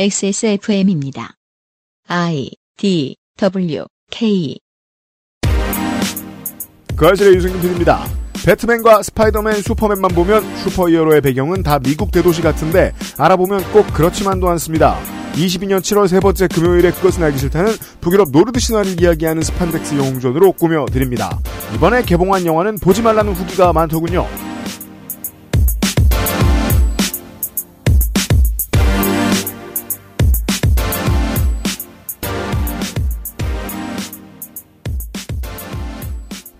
XSFM입니다. I D W K 그 아실의 유승균 PD입니다. 배트맨과 스파이더맨, 슈퍼맨만 보면 슈퍼히어로의 배경은 다 미국 대도시 같은데 알아보면 꼭 그렇지만도 않습니다. 22년 7월 세 번째 금요일에 그것은 알기 싫다는 북유럽 노르드 신화를 이야기하는 스판덱스 영웅전으로 꾸며드립니다. 이번에 개봉한 영화는 보지 말라는 후기가 많더군요.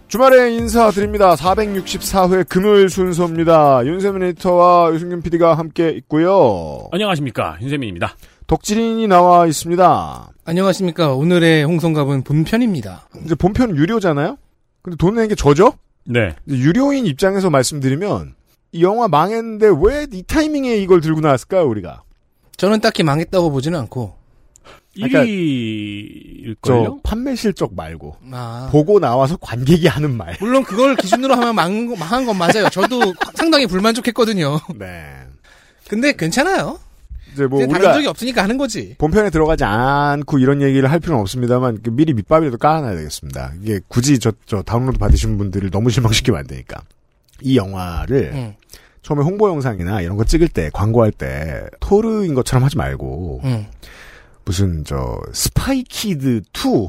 주말에 인사드립니다. 464회 금요일 순서입니다. 윤세민 에디터와 유승균 PD가 함께 있고요. 안녕하십니까 윤세민입니다. 덕질인이 나와 있습니다. 안녕하십니까. 오늘의 홍성갑은 본편입니다. 이제 본편 유료잖아요? 근데 돈 내는 게 저죠? 네. 이제 유료인 입장에서 말씀드리면, 이 영화 망했는데 왜 이 타이밍에 이걸 들고 나왔을까요, 우리가? 저는 딱히 망했다고 보지는 않고. 1위일걸요? 저 판매 실적 말고, 아. 보고 나와서 관객이 하는 말. 물론 그걸 기준으로 하면 망한 거- 망한 건 맞아요. 저도 상당히 불만족했거든요. 네. 근데 괜찮아요. 이제 뭐 이제 우리가 다른 적이 없으니까 하는 거지. 본편에 들어가지 않고 이런 얘기를 할 필요는 없습니다만 그 미리 밑밥이라도 깔아놔야 되겠습니다. 이게 굳이 저, 저 다운로드 받으신 분들을 너무 실망시키면 안 되니까. 이 영화를 응. 처음에 홍보 영상이나 이런 거 찍을 때 광고할 때 토르인 것처럼 하지 말고 응. 무슨 저 스파이 키드 2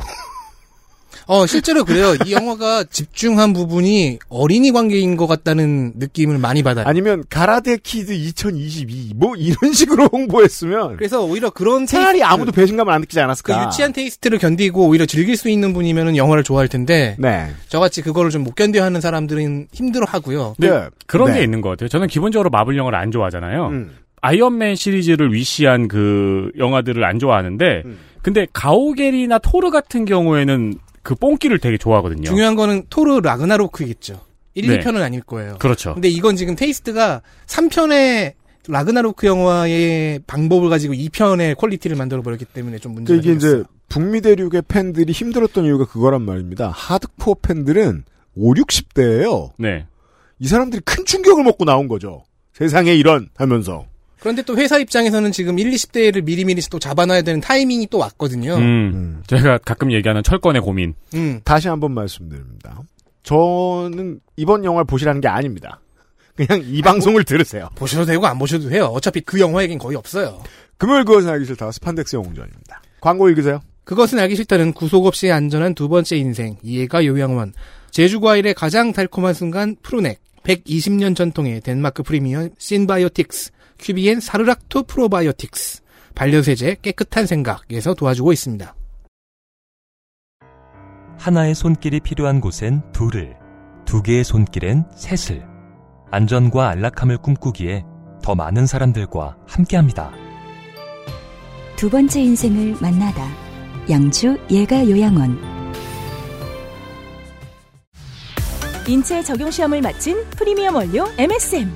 어, 실제로 그래요. 이 영화가 집중한 부분이 어린이 관계인 것 같다는 느낌을 많이 받아요. 아니면 가라데 키드 2022 뭐 이런 식으로 홍보했으면 그래서 오히려 그런 차라리 테이스트, 아무도 배신감을 안 느끼지 그 않았을까. 유치한 테이스트를 견디고 오히려 즐길 수 있는 분이면 영화를 좋아할 텐데 네. 저같이 그거를 좀 못 견뎌하는 사람들은 힘들어하고요. 네, 네. 그런 네. 게 있는 것 같아요. 저는 기본적으로 마블 영화를 안 좋아하잖아요. 음. 아이언맨 시리즈를 위시한 그 영화들을 안 좋아하는데, 음. 근데 가오겔이나 토르 같은 경우에는 그 뽕기를 되게 좋아하거든요. 중요한 거는 토르 라그나로크겠죠. 1, 네. 2편은 아닐 거예요. 그렇죠. 근데 이건 지금 테이스트가 3편의 라그나로크 영화의 방법을 가지고 2편의 퀄리티를 만들어 버렸기 때문에 좀 그 문제가 이게 생겼어요. 이제 북미 대륙의 팬들이 힘들었던 이유가 그거란 말입니다. 하드코어 팬들은 5, 60대예요. 네. 이 사람들이 큰 충격을 먹고 나온 거죠. 세상에 이런 하면서. 그런데 또 회사 입장에서는 지금 1, 20대를 미리미리 또 잡아놔야 되는 타이밍이 또 왔거든요. 음. 음. 음. 제가 가끔 얘기하는 철권의 고민. 다시 한번 말씀드립니다. 저는 이번 영화를 보시라는 게 아닙니다. 그냥 이 방송을 들으세요. 보셔도 되고 안 보셔도 돼요. 어차피 그 영화에겐 거의 없어요. 금요일 그것은 알기 싫다. 스판덱스 영웅전입니다. 광고 읽으세요. 그것은 알기 싫다는 구속 없이 안전한 두 번째 인생 이해가 요양원 제주 과일의 가장 달콤한 순간 프로넥 120년 전통의 덴마크 프리미엄 신바이오틱스 큐비엔 사르락토 프로바이오틱스 반려세제 깨끗한 생각에서 도와주고 있습니다. 하나의 손길이 필요한 곳엔 둘을, 두 개의 손길엔 셋을. 안전과 안락함을 꿈꾸기에 더 많은 사람들과 함께합니다. 두 번째 인생을 만나다. 양주 예가 요양원. 인체 적용 시험을 마친 프리미엄 원료 MSM.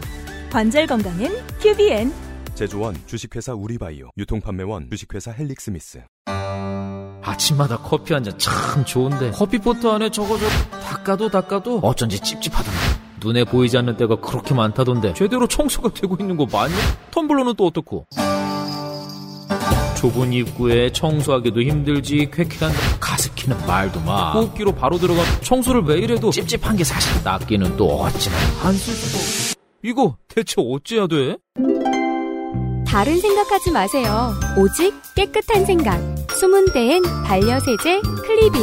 관절 건강엔 QBN. 제조원 주식회사 우리바이오 유통판매원 주식회사 헬릭스미스 아침마다 커피 한 잔 참 좋은데 커피포트 안에 저거 저 닦아도 닦아도 어쩐지 찝찝하던데 눈에 보이지 않는 때가 그렇게 많다던데 제대로 청소가 되고 있는 거 맞냐? 텀블러는 또 어떻고? 좁은 입구에 청소하기도 힘들지 쾌쾌한 가습기는 말도 마 호흡기로 바로 들어가 청소를 매일 해도 찝찝한 게 사실 낫기는 또 어찌나 안 쓸 수도 이거 대체 어찌해야 돼? 다른 생각하지 마세요. 오직 깨끗한 생각. 숨은 때엔 반려세제 클리빈.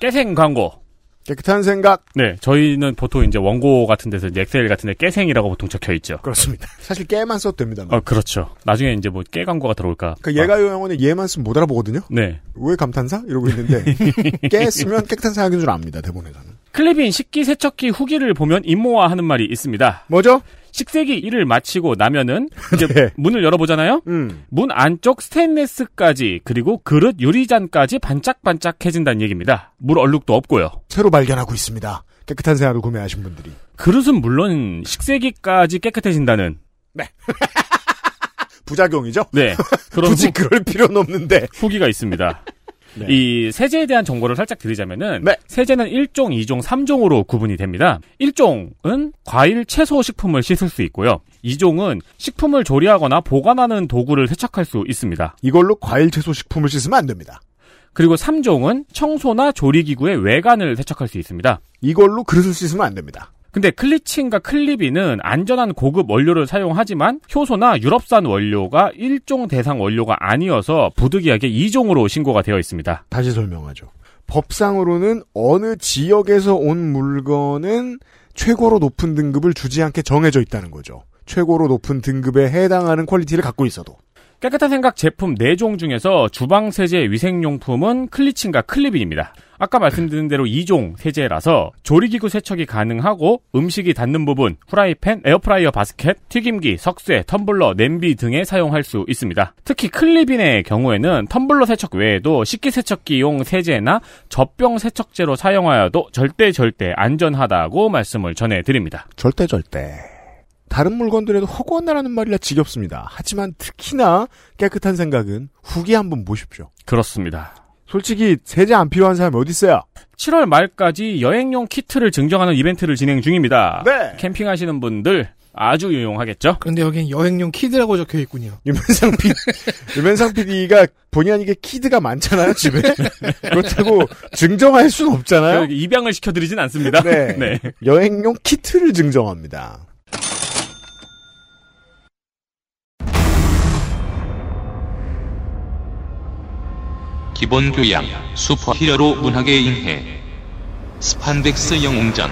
깨생 광고. 깨끗한 생각. 네. 저희는 보통 이제 원고 같은 데서 이제 엑셀 같은 데 깨생이라고 보통 적혀있죠. 그렇습니다. 아, 사실 깨만 써도 됩니다. 어, 그렇죠. 나중에 이제 뭐 깨 광고가 들어올까. 그 예가 요양원에 얘만 쓰면 못 알아보거든요. 네. 왜 감탄사? 이러고 있는데 깨 쓰면 깨끗한 생각인 줄 압니다. 대본에서는. 클리빈 식기세척기 후기를 보면 임모화하는 말이 있습니다. 뭐죠? 식세기 일을 마치고 나면은 이제 네. 문을 열어보잖아요. 음. 문 안쪽 스테인레스까지 그리고 그릇 유리잔까지 반짝반짝해진다는 얘기입니다. 물 얼룩도 없고요. 새로 발견하고 있습니다. 깨끗한 생활을 구매하신 분들이. 그릇은 물론 식세기까지 깨끗해진다는 부작용이죠? 네 그런 굳이 후, 뭐. 그럴 필요는 없는데. 후기가 있습니다. 네. 이 세제에 대한 정보를 살짝 드리자면은 세제는 1종, 2종, 3종으로 구분이 됩니다. 1종은 과일, 채소 식품을 씻을 수 있고요. 2종은 식품을 조리하거나 보관하는 도구를 세척할 수 있습니다. 이걸로 과일, 채소 식품을 씻으면 안 됩니다. 그리고 3종은 청소나 조리기구의 외관을 세척할 수 있습니다. 이걸로 그릇을 씻으면 안 됩니다. 근데 클리친과 클리비는 안전한 고급 원료를 사용하지만 효소나 유럽산 원료가 1종 대상 원료가 아니어서 부득이하게 2종으로 신고가 되어 있습니다. 다시 설명하죠. 법상으로는 어느 지역에서 온 물건은 최고로 높은 등급을 주지 않게 정해져 있다는 거죠. 최고로 높은 등급에 해당하는 퀄리티를 갖고 있어도. 깨끗한 생각 제품 4종 중에서 주방 세제 위생용품은 클리친과 클리빈입니다. 아까 말씀드린 대로 2종 세제라서 조리기구 세척이 가능하고 음식이 닿는 부분, 후라이팬, 에어프라이어 바스켓, 튀김기, 석쇠, 텀블러, 냄비 등에 사용할 수 있습니다. 특히 클리빈의 경우에는 텀블러 세척 외에도 식기세척기용 세제나 젖병 세척제로 사용하여도 절대 절대 안전하다고 말씀을 전해드립니다. 절대 절대. 다른 물건들에도 허구한다라는 말이라 지겹습니다. 하지만 특히나 깨끗한 생각은 후기 한번 보십시오. 그렇습니다. 솔직히 세제 안 필요한 사람이 어디 있어요? 7월 말까지 여행용 키트를 증정하는 이벤트를 진행 중입니다. 네. 캠핑하시는 분들 아주 유용하겠죠? 근데 여긴 여행용 키드라고 적혀 있군요. 유면상 PD, 유면상 PD가 본의 아니게 키드가 많잖아요, 집에. 그렇다고 증정할 수는 없잖아요. 저희 입양을 시켜드리진 않습니다. 네. 여행용 키트를 증정합니다. 기본 교양, 슈퍼히어로 문학의 인해, 스판덱스 영웅전.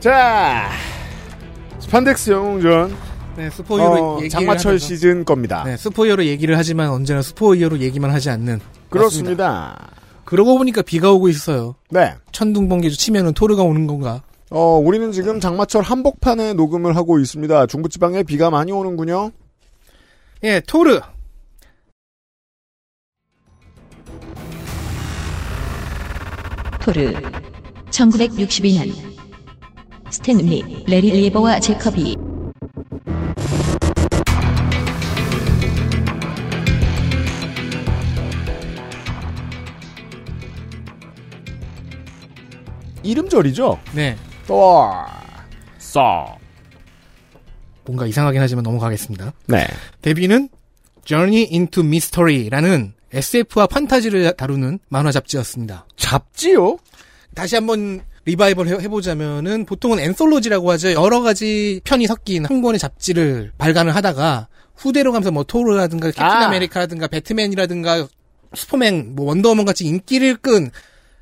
자, 스판덱스 영웅전. 네, 스포이어로 어, 얘기를 장마철 하면서. 시즌 겁니다. 네, 스포이어로 얘기를 하지만 언제나 스포이어로 얘기만 하지 않는. 그렇습니다. 그러고 보니까 비가 오고 있어요. 네. 천둥 번개주 치면은 토르가 오는 건가? 어, 우리는 지금 장마철 한복판에 녹음을 하고 있습니다. 중부지방에 비가 많이 오는군요. 예, 토르. 토르 1962년 스탠리 레리 리버와 제커비 이름절이죠? 네. 또. 싸. 뭔가 이상하긴 하지만 넘어가겠습니다. 네. 데뷔는 Journey into Mystery라는 SF와 판타지를 다루는 만화 잡지였습니다. 잡지요? 다시 한번 리바이벌 해- 해보자면은 보통은 앤솔로지라고 하죠. 여러 가지 편이 섞인 한 권의 잡지를 발간을 하다가 후대로 가면서 뭐 토르라든가 캡틴 아. 아. 메리카라든가 배트맨이라든가 슈퍼맨, 뭐 원더우먼 같이 인기를 끈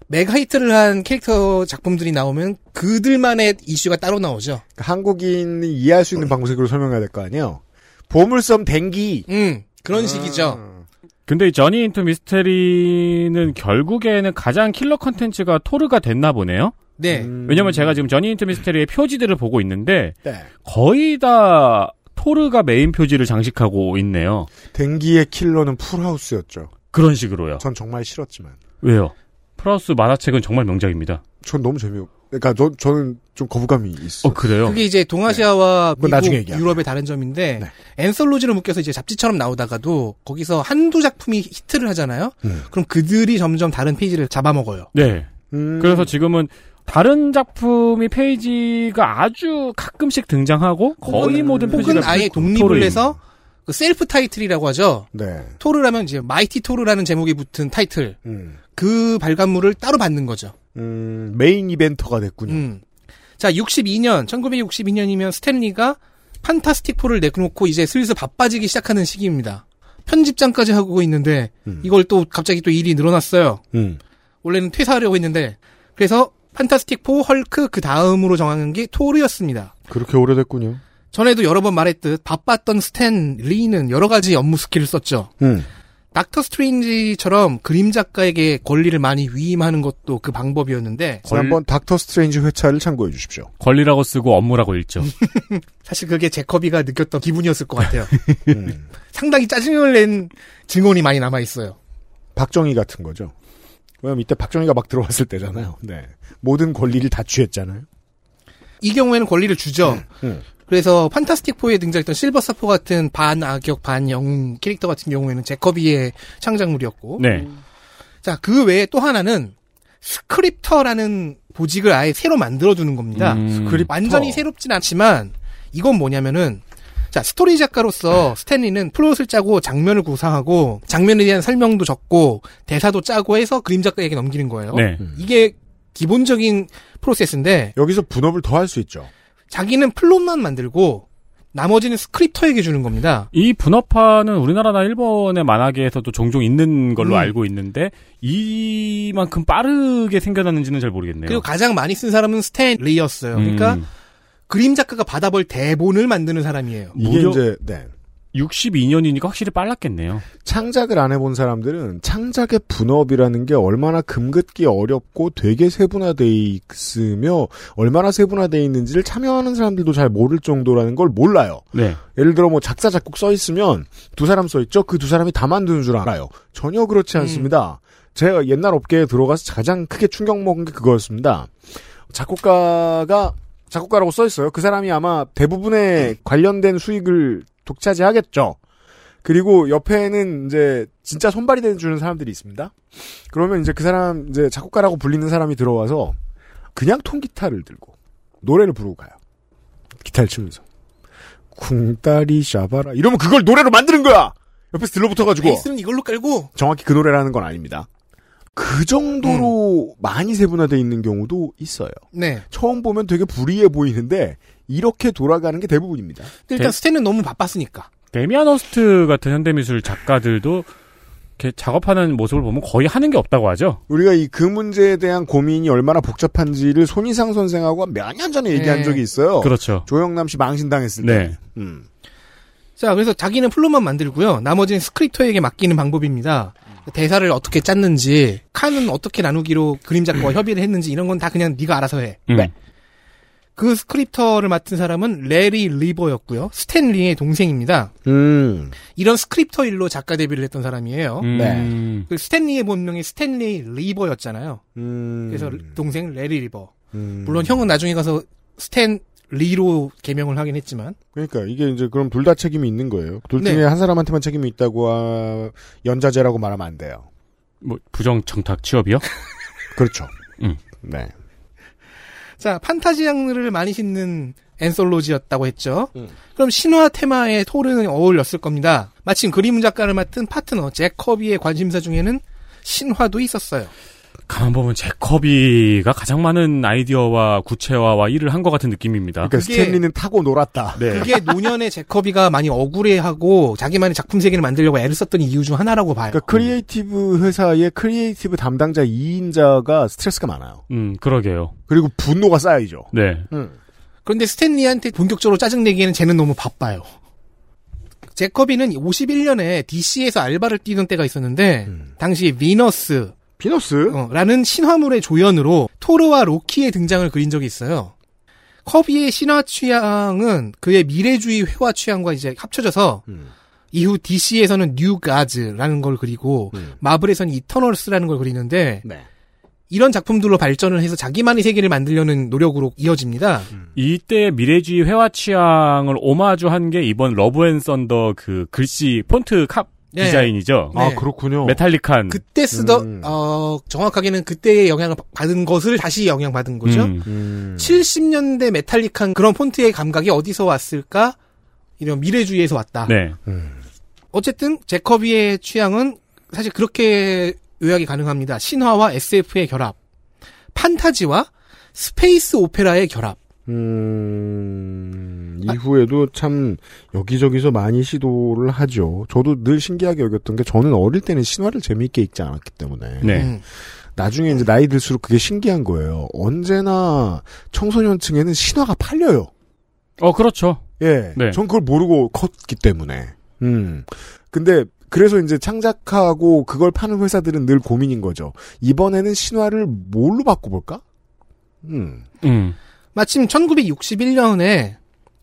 메가히트를 한 캐릭터 작품들이 나오면 그들만의 이슈가 따로 나오죠. 한국인이 이해할 수 있는 방식으로 설명해야 될 거 아니에요? 보물섬 댕기. 음. 음, 아. 그런 식이죠. 근데 이 저니 인투 미스테리는 결국에는 가장 킬러 컨텐츠가 토르가 됐나 보네요. 네. 음. 왜냐면 제가 지금 저니 인투 미스테리의 표지들을 보고 있는데 네. 거의 다 토르가 메인 표지를 장식하고 있네요. 댕기의 킬러는 풀하우스였죠. 그런 식으로요. 전 정말 싫었지만. 왜요? 플러스 만화책은 정말 명작입니다. 전 너무 재미없. 그러니까 저, 저는 좀 거부감이 있어. 어 그래요? 그게 이제 네. 동아시아와 그건 미국, 나중에 얘기하고요. 네. 유럽의 다른 점인데 앤솔로지로 묶여서 이제 잡지처럼 나오다가도 거기서 한두 작품이 히트를 하잖아요. 음. 그럼 그들이 점점 다른 페이지를 잡아먹어요. 네. 음. 그래서 지금은 다른 작품이 페이지가 아주 가끔씩 등장하고 거의 모든 혹은 페이지가 그 아예 독립을 토르인. 해서 그 셀프 타이틀이라고 하죠. 네. 토르라면 이제 마이티 토르라는 제목이 붙은 타이틀 음. 그 발간물을 따로 받는 거죠. 음, 메인 이벤터가 됐군요. 음. 자, 62년, 1962년이면 스탠리가 판타스틱 4를 내놓고 이제 슬슬 바빠지기 시작하는 시기입니다. 편집장까지 하고 있는데 음. 이걸 또 갑자기 또 일이 늘어났어요. 음. 원래는 퇴사하려고 했는데 그래서 판타스틱 4, 헐크 그 다음으로 정하는 게 토르였습니다. 그렇게 오래됐군요. 전에도 여러 번 말했듯 바빴던 스탠 리는 여러 가지 업무 스킬을 썼죠. 음. 닥터 스트레인지처럼 그림 작가에게 권리를 많이 위임하는 것도 그 방법이었는데 지난번 닥터 스트레인지 회차를 참고해 주십시오. 권리라고 쓰고 업무라고 읽죠. 음? 사실 그게 제커비가 느꼈던 기분이었을 것 같아요. 음. 상당히 짜증을 낸 증언이 많이 남아 있어요. 박정희 같은 거죠. 왜냐면 이때 박정희가 막 들어왔을 때잖아요. 네. 모든 권리를 다 취했잖아요. 이 경우에는 권리를 주죠. 네, 그래서 판타스틱 4에 등장했던 실버 사포 같은 반악역 반영 캐릭터 같은 경우에는 제커비의 창작물이었고. 네. 자, 그 외에 또 하나는 스크립터라는 보직을 아예 새로 만들어주는 겁니다. 음. 스크립터. 완전히 새롭진 않지만 이건 뭐냐면은 자, 스토리 작가로서 스탠리는 플롯을 짜고 장면을 구상하고 장면에 대한 설명도 적고 대사도 짜고 해서 어? 그림 작가에게 넘기는 거예요. 음. 네. 이게 기본적인 프로세스인데 여기서 분업을 더 할 수 있죠. 자기는 플롯만 만들고 나머지는 스크립터에게 주는 겁니다. 이 분업화는 우리나라나 일본의 만화계에서도 종종 있는 걸로 음. 알고 있는데 이만큼 빠르게 생겨났는지는 잘 모르겠네요. 그리고 가장 많이 쓴 사람은 스탠 리였어요. 음. 그러니까 그림 작가가 받아볼 대본을 만드는 사람이에요. 이게 이제 네. 62년이니까 확실히 빨랐겠네요. 창작을 안 해본 사람들은 창작의 분업이라는 게 얼마나 금긋기 어렵고 되게 세분화돼 있으며 얼마나 세분화돼 있는지를 참여하는 사람들도 잘 모를 정도라는 걸 몰라요. 네. 예를 들어 뭐 작사 작곡 써 있으면 두 사람 써 있죠. 그 두 사람이 다 만드는 줄 알아요. 전혀 그렇지 않습니다. 제가 옛날 업계에 들어가서 가장 크게 충격 먹은 게 그거였습니다. 작곡가가 작곡가라고 써 있어요. 그 사람이 아마 대부분의 관련된 수익을 독차지하겠죠. 그리고 옆에는 이제 진짜 손발이 되는 주는 사람들이 있습니다. 그러면 이제 그 사람 이제 작곡가라고 불리는 사람이 들어와서 그냥 통기타를 들고 노래를 부르고 가요. 기타를 치면서 쿵따리 샤바라 이러면 그걸 노래로 만드는 거야. 옆에서 들러붙어가지고 베이스는 이걸로 깔고 정확히 그 노래라는 건 아닙니다. 그 음. 정도로 많이 세분화돼 있는 경우도 있어요. 네. 처음 보면 되게 불이해 보이는데 이렇게 돌아가는 게 대부분입니다. 일단 스탠은 너무 바빴으니까. 데미안 허스트 같은 현대미술 작가들도 이렇게 작업하는 모습을 보면 거의 하는 게 없다고 하죠. 우리가 이 그 문제에 대한 고민이 얼마나 복잡한지를 손희상 선생하고 몇 년 전에 얘기한 네. 적이 있어요. 그렇죠. 조영남 씨 망신당했을 때. 네. 음. 자, 그래서 자기는 플롯만 만들고요. 나머지는 스크립터에게 맡기는 방법입니다. 대사를 어떻게 짰는지, 칸은 어떻게 나누기로 그림 작가와 협의를 했는지 이런 건 다 그냥 네가 알아서 해. 네. 그 스크립터를 맡은 사람은 레리 리버였고요. 스탠 리의 동생입니다. 음. 이런 스크립터 일로 작가 데뷔를 했던 사람이에요. 음, 네. 그 스탠리의 본명이 스탠리 리버였잖아요. 음. 그래서 동생 레리 리버. 음. 물론 형은 나중에 가서 스탠 리로 개명을 하긴 했지만 그러니까 이게 이제 그럼 둘 다 책임이 있는 거예요. 둘 중에 네. 한 사람한테만 책임이 있다고 하... 연자제라고 말하면 안 돼요. 뭐 부정 청탁 취업이요? 그렇죠. 음. 네. 자, 판타지 장르를 많이 싣는 앤솔로지였다고 했죠. 음. 그럼 신화 테마의 토르는 어울렸을 겁니다. 마침 그림 작가를 맡은 파트너 제커비의 관심사 중에는 신화도 있었어요. 가만 보면 제커비가 가장 많은 아이디어와 구체화와 일을 한 것 같은 느낌입니다. 그러니까 스탠리는 타고 놀았다. 네. 그게 노년의 제커비가 많이 억울해하고 자기만의 작품 세계를 만들려고 애를 썼던 이유 중 하나라고 봐요. 그러니까 크리에이티브 회사의 크리에이티브 담당자 2인자가 스트레스가 많아요. 음, 그러게요. 그리고 분노가 쌓이죠. 네. 음. 그런데 스탠리한테 본격적으로 짜증내기에는 쟤는 너무 바빠요. 제커비는 51년에 DC에서 알바를 뛰던 때가 있었는데 당시 비너스 비너스? 어, 라는 신화물의 조연으로 토르와 로키의 등장을 그린 적이 있어요. 커비의 신화 취향은 그의 미래주의 회화 취향과 이제 합쳐져서 이후 DC에서는 뉴 가즈라는 걸 그리고 마블에서는 이터널스라는 걸 그리는데 네. 이런 작품들로 발전을 해서 자기만의 세계를 만들려는 노력으로 이어집니다. 이때 미래주의 회화 취향을 오마주한 게 이번 러브 앤 썬더 그 글씨 폰트 캅 네. 디자인이죠. 네. 아, 예. 어. 그렇군요. 메탈릭한. 그때 쓰던 어, 정확하게는 그때의 영향을 받은 것을 다시 영향받은 거죠. 음. 70년대 메탈릭한 그런 폰트의 감각이 어디서 왔을까? 이런 미래주의에서 왔다. 아. 네. 어쨌든 제커비의 취향은 사실 그렇게 요약이 가능합니다. 신화와 SF의 결합, 판타지와 스페이스 오페라의 결합. 음, 이후에도 참 여기저기서 많이 시도를 하죠. 저도 늘 신기하게 여겼던 게 저는 어릴 때는 신화를 재미있게 읽지 않았기 때문에 네. 음. 나중에 이제 나이 들수록 그게 신기한 거예요. 언제나 청소년층에는 신화가 팔려요. 어, 그렇죠. 예. 네. 전 그걸 모르고 컸기 때문에. 음. 근데 그래서 이제 창작하고 그걸 파는 회사들은 늘 고민인 거죠. 이번에는 신화를 뭘로 바꿔볼까? 음. 음. 마침 1961년에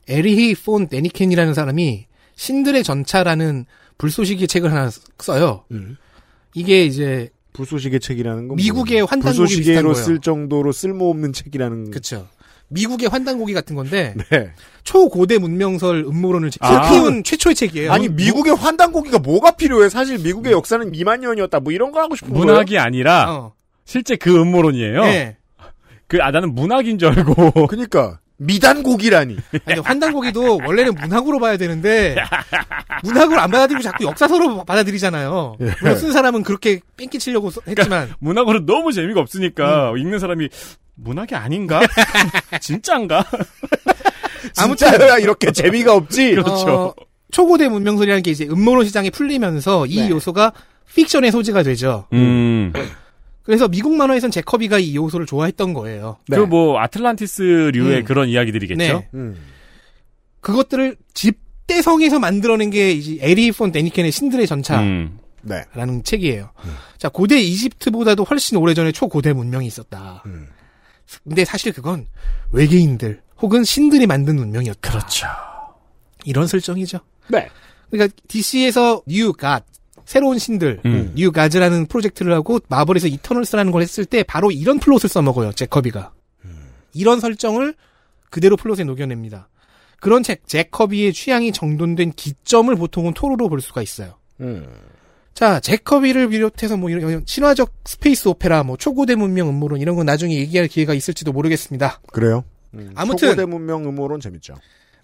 에리히 폰 데니켄이라는 사람이 신들의 전차라는 불소식의 책을 하나 써요. 음. 이게 이제 불쏘시개 책이라는 건 미국의 뭐예요? 환단곡이 비슷한 불쏘시개로 거예요. 쓸 정도로 쓸모없는 책이라는 그렇죠. 미국의 환단고기 같은 건데 음. 네. 초고대 문명설 음모론을 아. 피운 최초의 책이에요. 아니 미국의 환단고기가 뭐가 필요해? 사실 미국의 역사는 2만 년이었다. 뭐 이런 거 하고 싶은 거예요. 어. 문학이 아니라 어. 실제 그 음모론이에요. 예. 네. 그 아 나는 문학인 줄 알고. 그러니까 미단고기라니. 아니, 환단고기도 원래는 문학으로 봐야 되는데 문학을 안 받아들이고 자꾸 역사서로 받아들이잖아요. 예. 물론 쓴 사람은 그렇게 뺑기치려고 써- 했지만 문학으로 너무 재미가 없으니까 읽는 사람이 문학이 아닌가? 음. 진짠가? 그러니까 진짜야 이렇게 재미가 없지. 그렇죠. 어, 초고대 문명설이라는 게 이제 음모론 시장이 풀리면서 네. 이 요소가 픽션의 소지가 되죠. 음. 그래서 미국 만화에선 제커비가 이 요소를 좋아했던 거예요. 그 뭐 아틀란티스류의 음. 그런 이야기들이겠죠. 네. 음. 그것들을 집대성에서 만들어낸 게 이제 에리 폰 데니켄의 신들의 전차라는 음. 네. 책이에요. 자 고대 이집트보다도 훨씬 오래전에 초고대 문명이 있었다. 근데 사실 그건 외계인들 혹은 신들이 만든 문명이었다. 그렇죠. 이런 설정이죠. 네. 그러니까 DC에서 뉴 갓, 새로운 신들, 음. 뉴 가즈라는 프로젝트를 하고 마블에서 이터널스라는 걸 했을 때 바로 이런 플롯을 써먹어요. 제커비가. 음. 이런 설정을 그대로 플롯에 녹여냅니다. 그런 책, 제커비의 취향이 정돈된 기점을 보통은 토로로 볼 수가 있어요. 음. 자, 제커비를 비롯해서 뭐 이런, 이런 신화적 스페이스 오페라, 뭐 초고대 문명 음모론 이런 건 나중에 얘기할 기회가 있을지도 모르겠습니다. 그래요. 음. 음. 아무튼. 초고대 문명 음모론 재밌죠.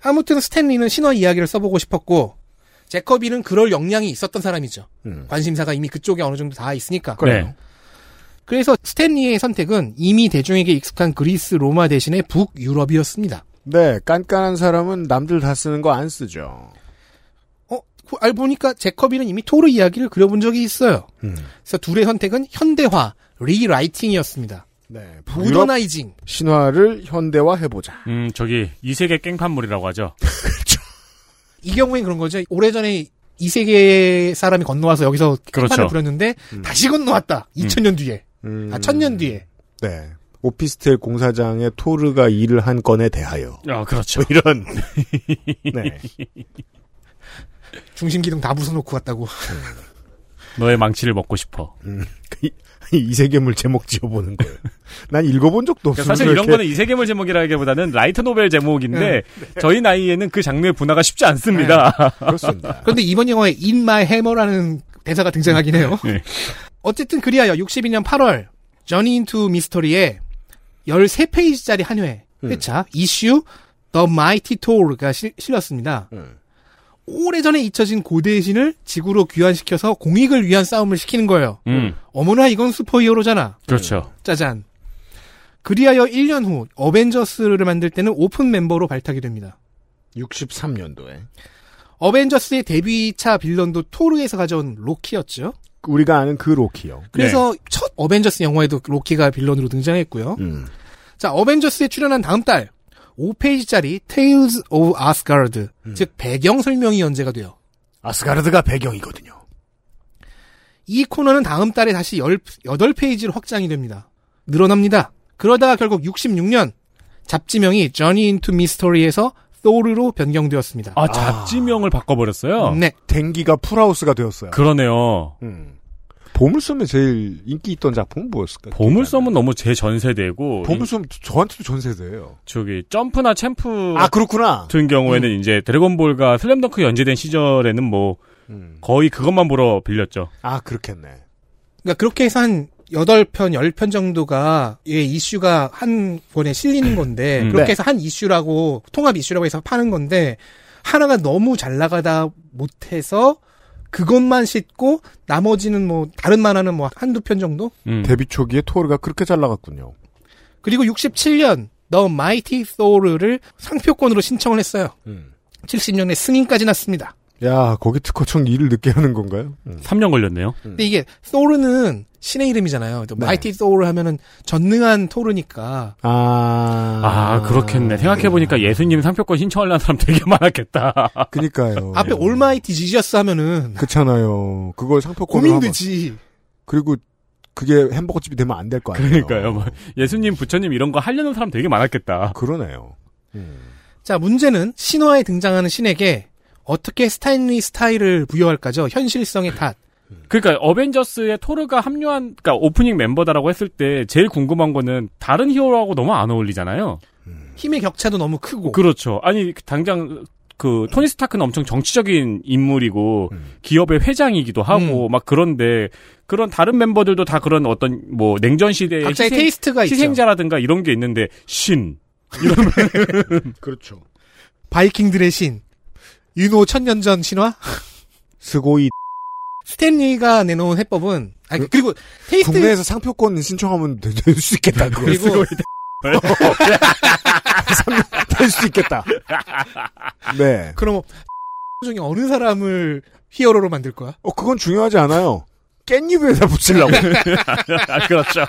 아무튼 스탠리는 신화 이야기를 써보고 싶었고 제커비는 그럴 역량이 있었던 사람이죠. 음. 관심사가 이미 그쪽에 어느 정도 다 있으니까. 그래요. 네. 그래서 스탠리의 선택은 이미 대중에게 익숙한 그리스 로마 대신에 북유럽이었습니다. 네, 깐깐한 사람은 남들 다 쓰는 거 안 쓰죠. 어, 그 알고 보니까 제커비는 이미 토르 이야기를 그려본 적이 있어요. 음. 그래서 둘의 선택은 현대화, 리라이팅이었습니다. 네, 모더나이징. 신화를 현대화 해보자. 음, 저기 이 세계 깽판물이라고 하죠. 이 경우엔 그런 거죠. 오래전에 이 세계 사람이 건너와서 여기서 판을 그렇죠. 음. 부렸는데 음. 다시 건너왔다. 2000년 뒤에. 아, 1000년 뒤에. 네. 오피스텔 공사장에 토르가 일을 한 건에 대하여. 아, 그렇죠. 뭐 이런. 네. 중심 기둥 다 부숴놓고 왔다고. 너의 망치를 먹고 싶어. 이 세계물 제목 지어보는 거예요. 난 읽어본 적도 없어요. 그러니까 사실 이런 거는 이세계물 제목이라기보다는 라이트 노벨 제목인데 저희 나이에는 그 장르의 분화가 쉽지 않습니다. 그렇습니다. 그런데 이번 영화에 In My Hammer라는 대사가 등장하긴 해요. 네. 어쨌든 그리하여 62년 8월 Journey into Mystery의 13페이지짜리 한회 음. 회차 이슈 The Mighty Thor가 실- 실렸습니다. 음. 오래전에 잊혀진 고대의 신을 지구로 귀환시켜서 공익을 위한 싸움을 시키는 거예요. 음. 어머나 이건 슈퍼히어로잖아. 그렇죠. 짜잔. 그리하여 1년 후 어벤져스를 만들 때는 오픈 멤버로 발탁이 됩니다. 63년도에. 어벤져스의 데뷔차 빌런도 토르에서 가져온 로키였죠. 우리가 아는 그 로키요. 그래서 첫 어벤져스 영화에도 로키가 빌런으로 등장했고요. 음. 자, 어벤져스에 출연한 다음 달 5페이지짜리 Tales of Asgard, 즉 배경 설명이 연재가 돼요. 아스가르드가 배경이거든요. 이 코너는 다음 달에 다시 8페이지로 확장이 됩니다. 늘어납니다. 그러다가 결국 66년 잡지명이 Journey into Mystery에서 Thor로 변경되었습니다. 아, 잡지명을 바꿔버렸어요? 네. 댕기가 풀하우스가 되었어요. 음. 그러네요. 보물섬에 제일 인기 있던 작품은 뭐였을까? 보물섬은 너무 제 전세대고. 보물섬 저한테도 전세대예요. 저기, 점프나 챔프. 아 그렇구나. 같은 경우에는 이제 드래곤볼과 슬램덩크 연재된 시절에는 뭐, 거의 그것만 보러 빌렸죠. 음. 아 그렇겠네. 음. 그러니까 그렇게 해서 한 8편, 10편 정도가 예, 이슈가 한 권에 실리는 건데 음. 그렇게 네. 해서 한 이슈라고 통합 이슈라고 해서 파는 건데 하나가 너무 잘 나가다 못해서 그것만 싣고 나머지는 뭐 다른 만화는 뭐 한두 편 정도? 데뷔 초기에 토르가 그렇게 잘 나갔군요. 그리고 67년 The Mighty Thor를 상표권으로 신청을 했어요. 음. 70년에 승인까지 났습니다. 야 거기 특허청 일을 늦게 하는 건가요? 음. 3년 걸렸네요. 근데 이게 Thor는 신의 이름이잖아요. 또 네. Mighty Thor 하면은 전능한 토르니까 아, 아, 그렇겠네. 생각해보니까 예수님 상표권 신청하려는 사람 되게 많았겠다. 아, 그니까요. 앞에 올마이티 지저스 하면은 그렇잖아요. 그걸 상표권 고민되지. 그리고 그게 햄버거 집이 되면 안 될 거 아니에요. 그러니까요. 뭐 예수님, 부처님 이런 거 하려는 사람 되게 많았겠다. 그러네요. 자, 문제는 신화에 등장하는 신에게 어떻게 스탠리 스타일을 부여할까죠? 현실성의 탓. 그러니까 어벤져스의 토르가 합류한 그러니까 오프닝 멤버다라고 했을 때 제일 궁금한 거는 다른 히어로하고 너무 안 어울리잖아요. 힘의 격차도 너무 크고. 그렇죠. 아니 당장 그 토니 스타크는 엄청 정치적인 인물이고 음. 기업의 회장이기도 하고 막 그런데 그런 다른 멤버들도 다 그런 어떤 뭐 냉전 시대의 각자의 테이스트가 있죠. 희생자라든가 이런 게 있는데 신 그렇죠. 바이킹들의 신. 유노 천년 전 신화? 스고이 스탠리가 내놓은 해법은, 아 그, 리고 테이스트. 국내에서 상표권 신청하면 되- 될수 있겠다. 그거. 그리고 될수 있겠다. 네. 그럼 중에 어느 사람을 히어로로 만들 거야? 어 그건 중요하지 않아요. 깻잎에다 붙이려고. 아, 그렇죠.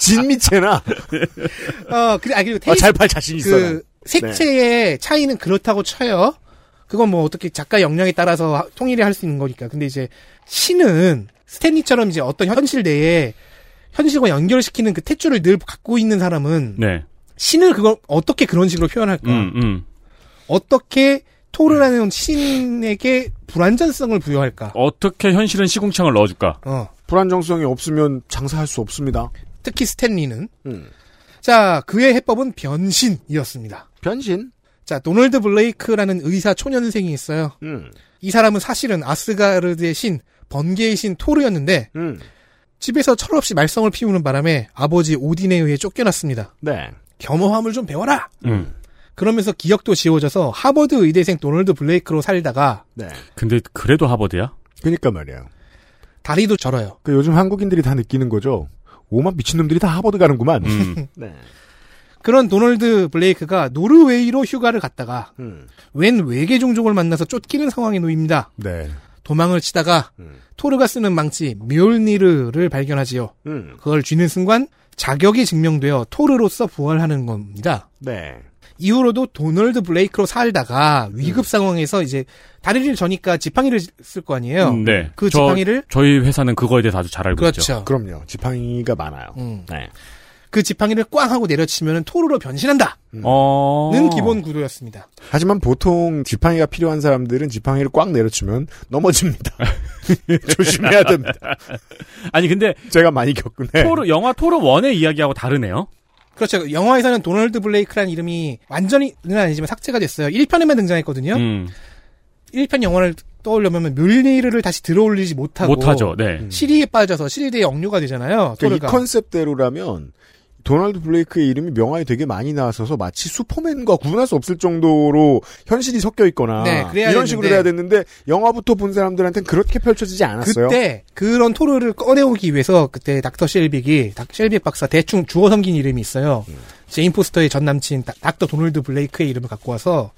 진미채나. 어, 그리, 아, 그리고 아, 테이스- 잘팔 자신 있어요. 네. 그, 색채의 차이는 그렇다고 쳐요. 그건 뭐 어떻게 작가 역량에 따라서 하- 통일이 할 수 있는 거니까. 근데 이제 신은 스탠리처럼 이제 어떤 현실 내에 현실과 연결시키는 그 탯줄을 늘 갖고 있는 사람은 네. 신을 그걸 어떻게 그런 식으로 표현할까? 음, 음. 어떻게 음. 토르라는 신에게 불완전성을 부여할까? 어떻게 현실은 시궁창을 넣어줄까? 어. 불안정성이 없으면 장사할 수 없습니다. 음. 특히 스탠리는 자 그의 해법은 변신이었습니다. 변신? 자 도널드 블레이크라는 의사 초년생이 있어요. 음. 이 사람은 사실은 아스가르드의 신 번개의 신 토르였는데 집에서 철없이 말썽을 피우는 바람에 아버지 오딘에 의해 쫓겨났습니다. 네. 겸허함을 좀 배워라. 음. 그러면서 기억도 지워져서 하버드 의대생 도널드 블레이크로 살다가 네. 근데 그래도 하버드야? 그니까 말이에요. 다리도 절어요. 그 요즘 한국인들이 다 느끼는 거죠. 오만 미친놈들이 다 하버드 가는구만. 음. 네. 그런 도널드 블레이크가 노르웨이로 휴가를 갔다가 웬 외계 종족을 만나서 쫓기는 상황에 놓입니다. 네. 도망을 치다가 토르가 쓰는 망치 묠니르를 발견하지요. 음. 그걸 쥐는 순간 자격이 증명되어 토르로서 부활하는 겁니다. 네. 이후로도 도널드 블레이크로 살다가 음. 위급 상황에서 이제 다리를 저니까 지팡이를 쓸 거 아니에요. 음, 네. 그 저- 지팡이를 저희 회사는 그거에 대해서 아주 잘 알고 있죠. 그렇죠. 그럼요. 지팡이가 많아요. 음. 네. 그 지팡이를 꽝 하고 내려치면 토르로 변신한다. 음. 어. 는 기본 구도였습니다. 하지만 보통 지팡이가 필요한 사람들은 지팡이를 꽉 내려치면 넘어집니다. 조심해야 됩니다. 아니 근데 제가 많이 겪은 네. 해. 토르 영화 토르 1의 이야기하고 다르네요. 그렇죠. 영화에서는 도널드 블레이크라는 이름이 완전히는 아니지만 삭제가 됐어요. 1편에만 등장했거든요. 음. 1편 영화를 떠올려면 뮬리르를 다시 들어올리지 못하고 못하죠. 네. 시리에 빠져서 시리대에 억류가 되잖아요. 그러니까 토르가. 이 컨셉대로라면 도널드 블레이크의 이름이 명화에 되게 많이 나왔어서 마치 슈퍼맨과 구분할 수 없을 정도로 현실이 섞여 있거나 네, 그래야 이런 식으로 되는데. 해야 됐는데 영화부터 본 사람들한테는 그렇게 펼쳐지지 않았어요. 그때 그런 토르를 꺼내오기 위해서 그때 닥터 쉘빅이 닥 쉘빅 박사 대충 주워 섬긴 이름이 있어요. 음. 제인 포스터의 전 남친 닥- 닥터 도널드 블레이크의 이름을 갖고 와서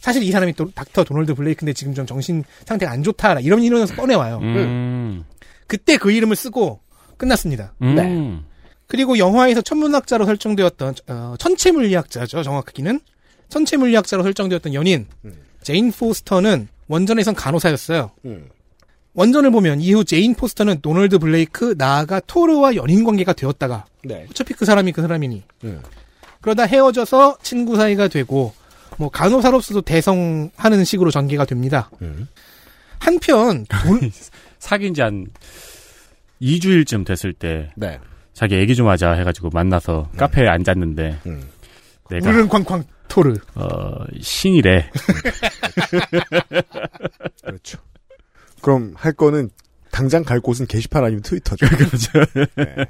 사실 이 사람이 또 닥터 도널드 블레이크인데 지금 좀 정신 상태가 안 좋다 이런 이론에서 꺼내와요. 음. 그때 그 이름을 쓰고 끝났습니다. 음. 네. 네. 그리고 영화에서 천문학자로 설정되었던 어, 천체물리학자죠 정확히는 천체물리학자로 설정되었던 연인 제인 포스터는 원전에선 간호사였어요. 음. 원전을 보면 이후 제인 포스터는 도널드 블레이크 나아가 토르와 연인 관계가 되었다가 네. 어차피 그 사람이 그 사람이니 음. 그러다 헤어져서 친구 사이가 되고 뭐 간호사로서도 대성하는 식으로 전개가 됩니다. 음. 한편 돈- 사귄 지 한 2주일쯤 됐을 때 네. 자기 얘기 좀 하자 해가지고 만나서 카페에 앉았는데 음. 내가 우르릉 쾅쾅 토르 어, 신이래. 그렇죠. 그럼 할 거는 당장 갈 곳은 게시판 아니면 트위터죠. 그렇죠.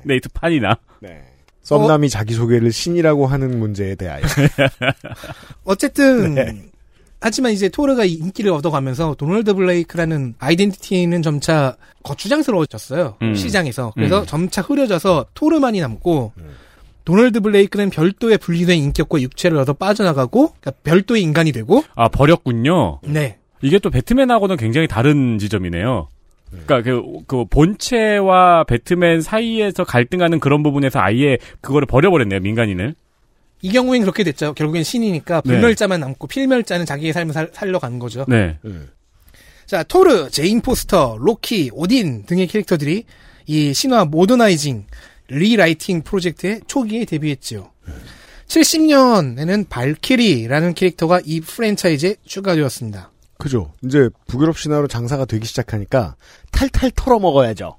네이트 판이나. 네. 썸남이 자기소개를 신이라고 하는 문제에 대하여. 어쨌든 네. 하지만 이제 토르가 이 인기를 얻어가면서 도널드 블레이크라는 아이덴티티는 점차 거추장스러워졌어요 음. 시장에서 그래서 음. 점차 흐려져서 토르만이 남고 도널드 블레이크는 별도의 분리된 인격과 육체를 얻어 빠져나가고 그러니까 별도의 인간이 되고 아, 버렸군요. 네 이게 또 배트맨하고는 굉장히 다른 지점이네요. 그러니까 그, 그 본체와 배트맨 사이에서 갈등하는 그런 부분에서 아예 그거를 버려버렸네요 민간인을. 이 경우엔 그렇게 됐죠 결국엔 신이니까 네. 불멸자만 남고 필멸자는 자기의 삶을 살, 살려간 거죠 네. 음. 자, 토르, 제인 포스터, 로키, 오딘 등의 캐릭터들이 이 신화 모더나이징, 리라이팅 프로젝트의 초기에 데뷔했지요. 70년에는 발키리라는 캐릭터가 이 프랜차이즈에 추가되었습니다. 그죠. 이제 북유럽 신화로 장사가 되기 시작하니까 탈탈 털어 먹어야죠.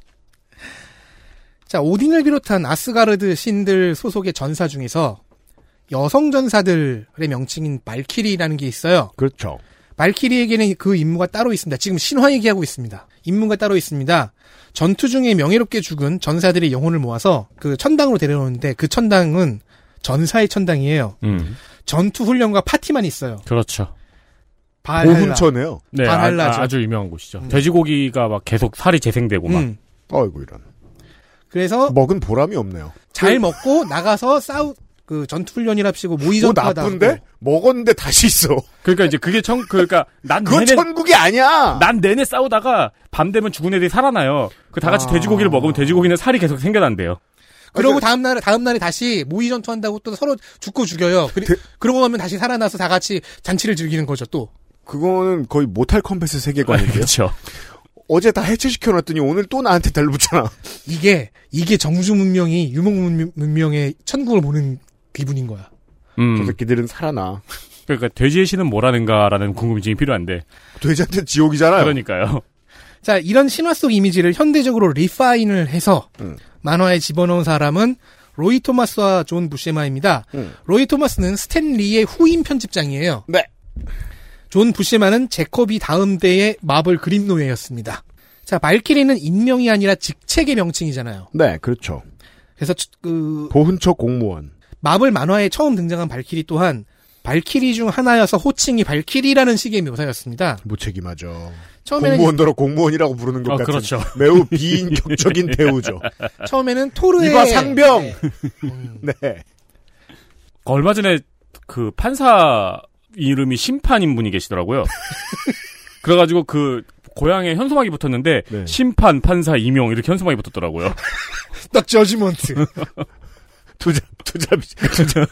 자, 오딘을 비롯한 아스가르드 신들 소속의 전사 중에서 여성 전사들의 명칭인 발키리라는 게 있어요. 그렇죠. 발키리에게는 그 임무가 따로 있습니다. 지금 신화 얘기하고 있습니다. 임무가 따로 있습니다. 전투 중에 명예롭게 죽은 전사들의 영혼을 모아서 그 천당으로 데려오는데 그 천당은 전사의 천당이에요. 음. 전투 훈련과 파티만 있어요. 그렇죠. 아, 보훈처네요. 네, 아, 발할라죠. 주 유명한 곳이죠. 음. 돼지고기가 막 계속 살이 재생되고 막. 음. 아이고 이런. 그래서 먹은 보람이 없네요. 잘 먹고 나가서 싸우 그 전투 훈련이랍시고 모의 뭐 전투하다. 네. 나쁜데 먹었는데 다시 있어. 그러니까 이제 그게 청 그러니까 난 그건 내내 천국이 아니야. 난 내내 싸우다가 밤 되면 죽은 애들이 살아나요. 그 다 같이 아. 돼지고기를 먹으면 돼지고기는 살이 계속 생겨난대요. 그러고 다음 날 다음 날에 다시 모의 전투한다고 또 서로 죽고 죽여요. 그리, 그러고 나면 다시 살아나서 다 같이 잔치를 즐기는 거죠. 또 그거는 거의 모탈 컴뱃의 세계관인데요. 그렇죠. 어제 다 해체시켜놨더니 오늘 또 나한테 달라붙잖아. 이게 이게 정주 문명이 유목 문- 문명의 천국을 보는 기분인 거야. 저 음. 새끼들은 살아나. 그러니까 돼지의 신은 뭐라는가라는 궁금증이 필요한데. 돼지한테 지옥이잖아요. 그러니까요. 자, 이런 신화 속 이미지를 현대적으로 리파인을 해서 음. 만화에 집어넣은 사람은 로이 토마스와 존 부쉐마입니다. 음. 로이 토마스는 스탠 리의 후임 편집장이에요. 네. 존 부쉐마는 제코비 다음 대의 마블 그림노예였습니다. 자, 발키리는 인명이 아니라 직책의 명칭이잖아요. 네, 그렇죠. 그래서 첫- 그 보훈처 공무원. 마블 만화에 처음 등장한 발키리 또한 발키리 중 하나여서 호칭이 발키리라는 식의 묘사였습니다. 무책임하죠. 처음에는 공무원더러 공무원이라고 부르는 것 아, 같은 그렇죠. 매우 예. 비인격적인 대우죠. 처음에는 토르의 이봐, 상병! 네. 얼마 전에 그 판사 이름이 심판인 분이 계시더라고요. 그래가지고 그 고향에 현수막이 붙었는데 네. 심판 판사 이명 이렇게 현수막이 붙었더라고요. 딱 저지먼트. 투자, 투자, 투자.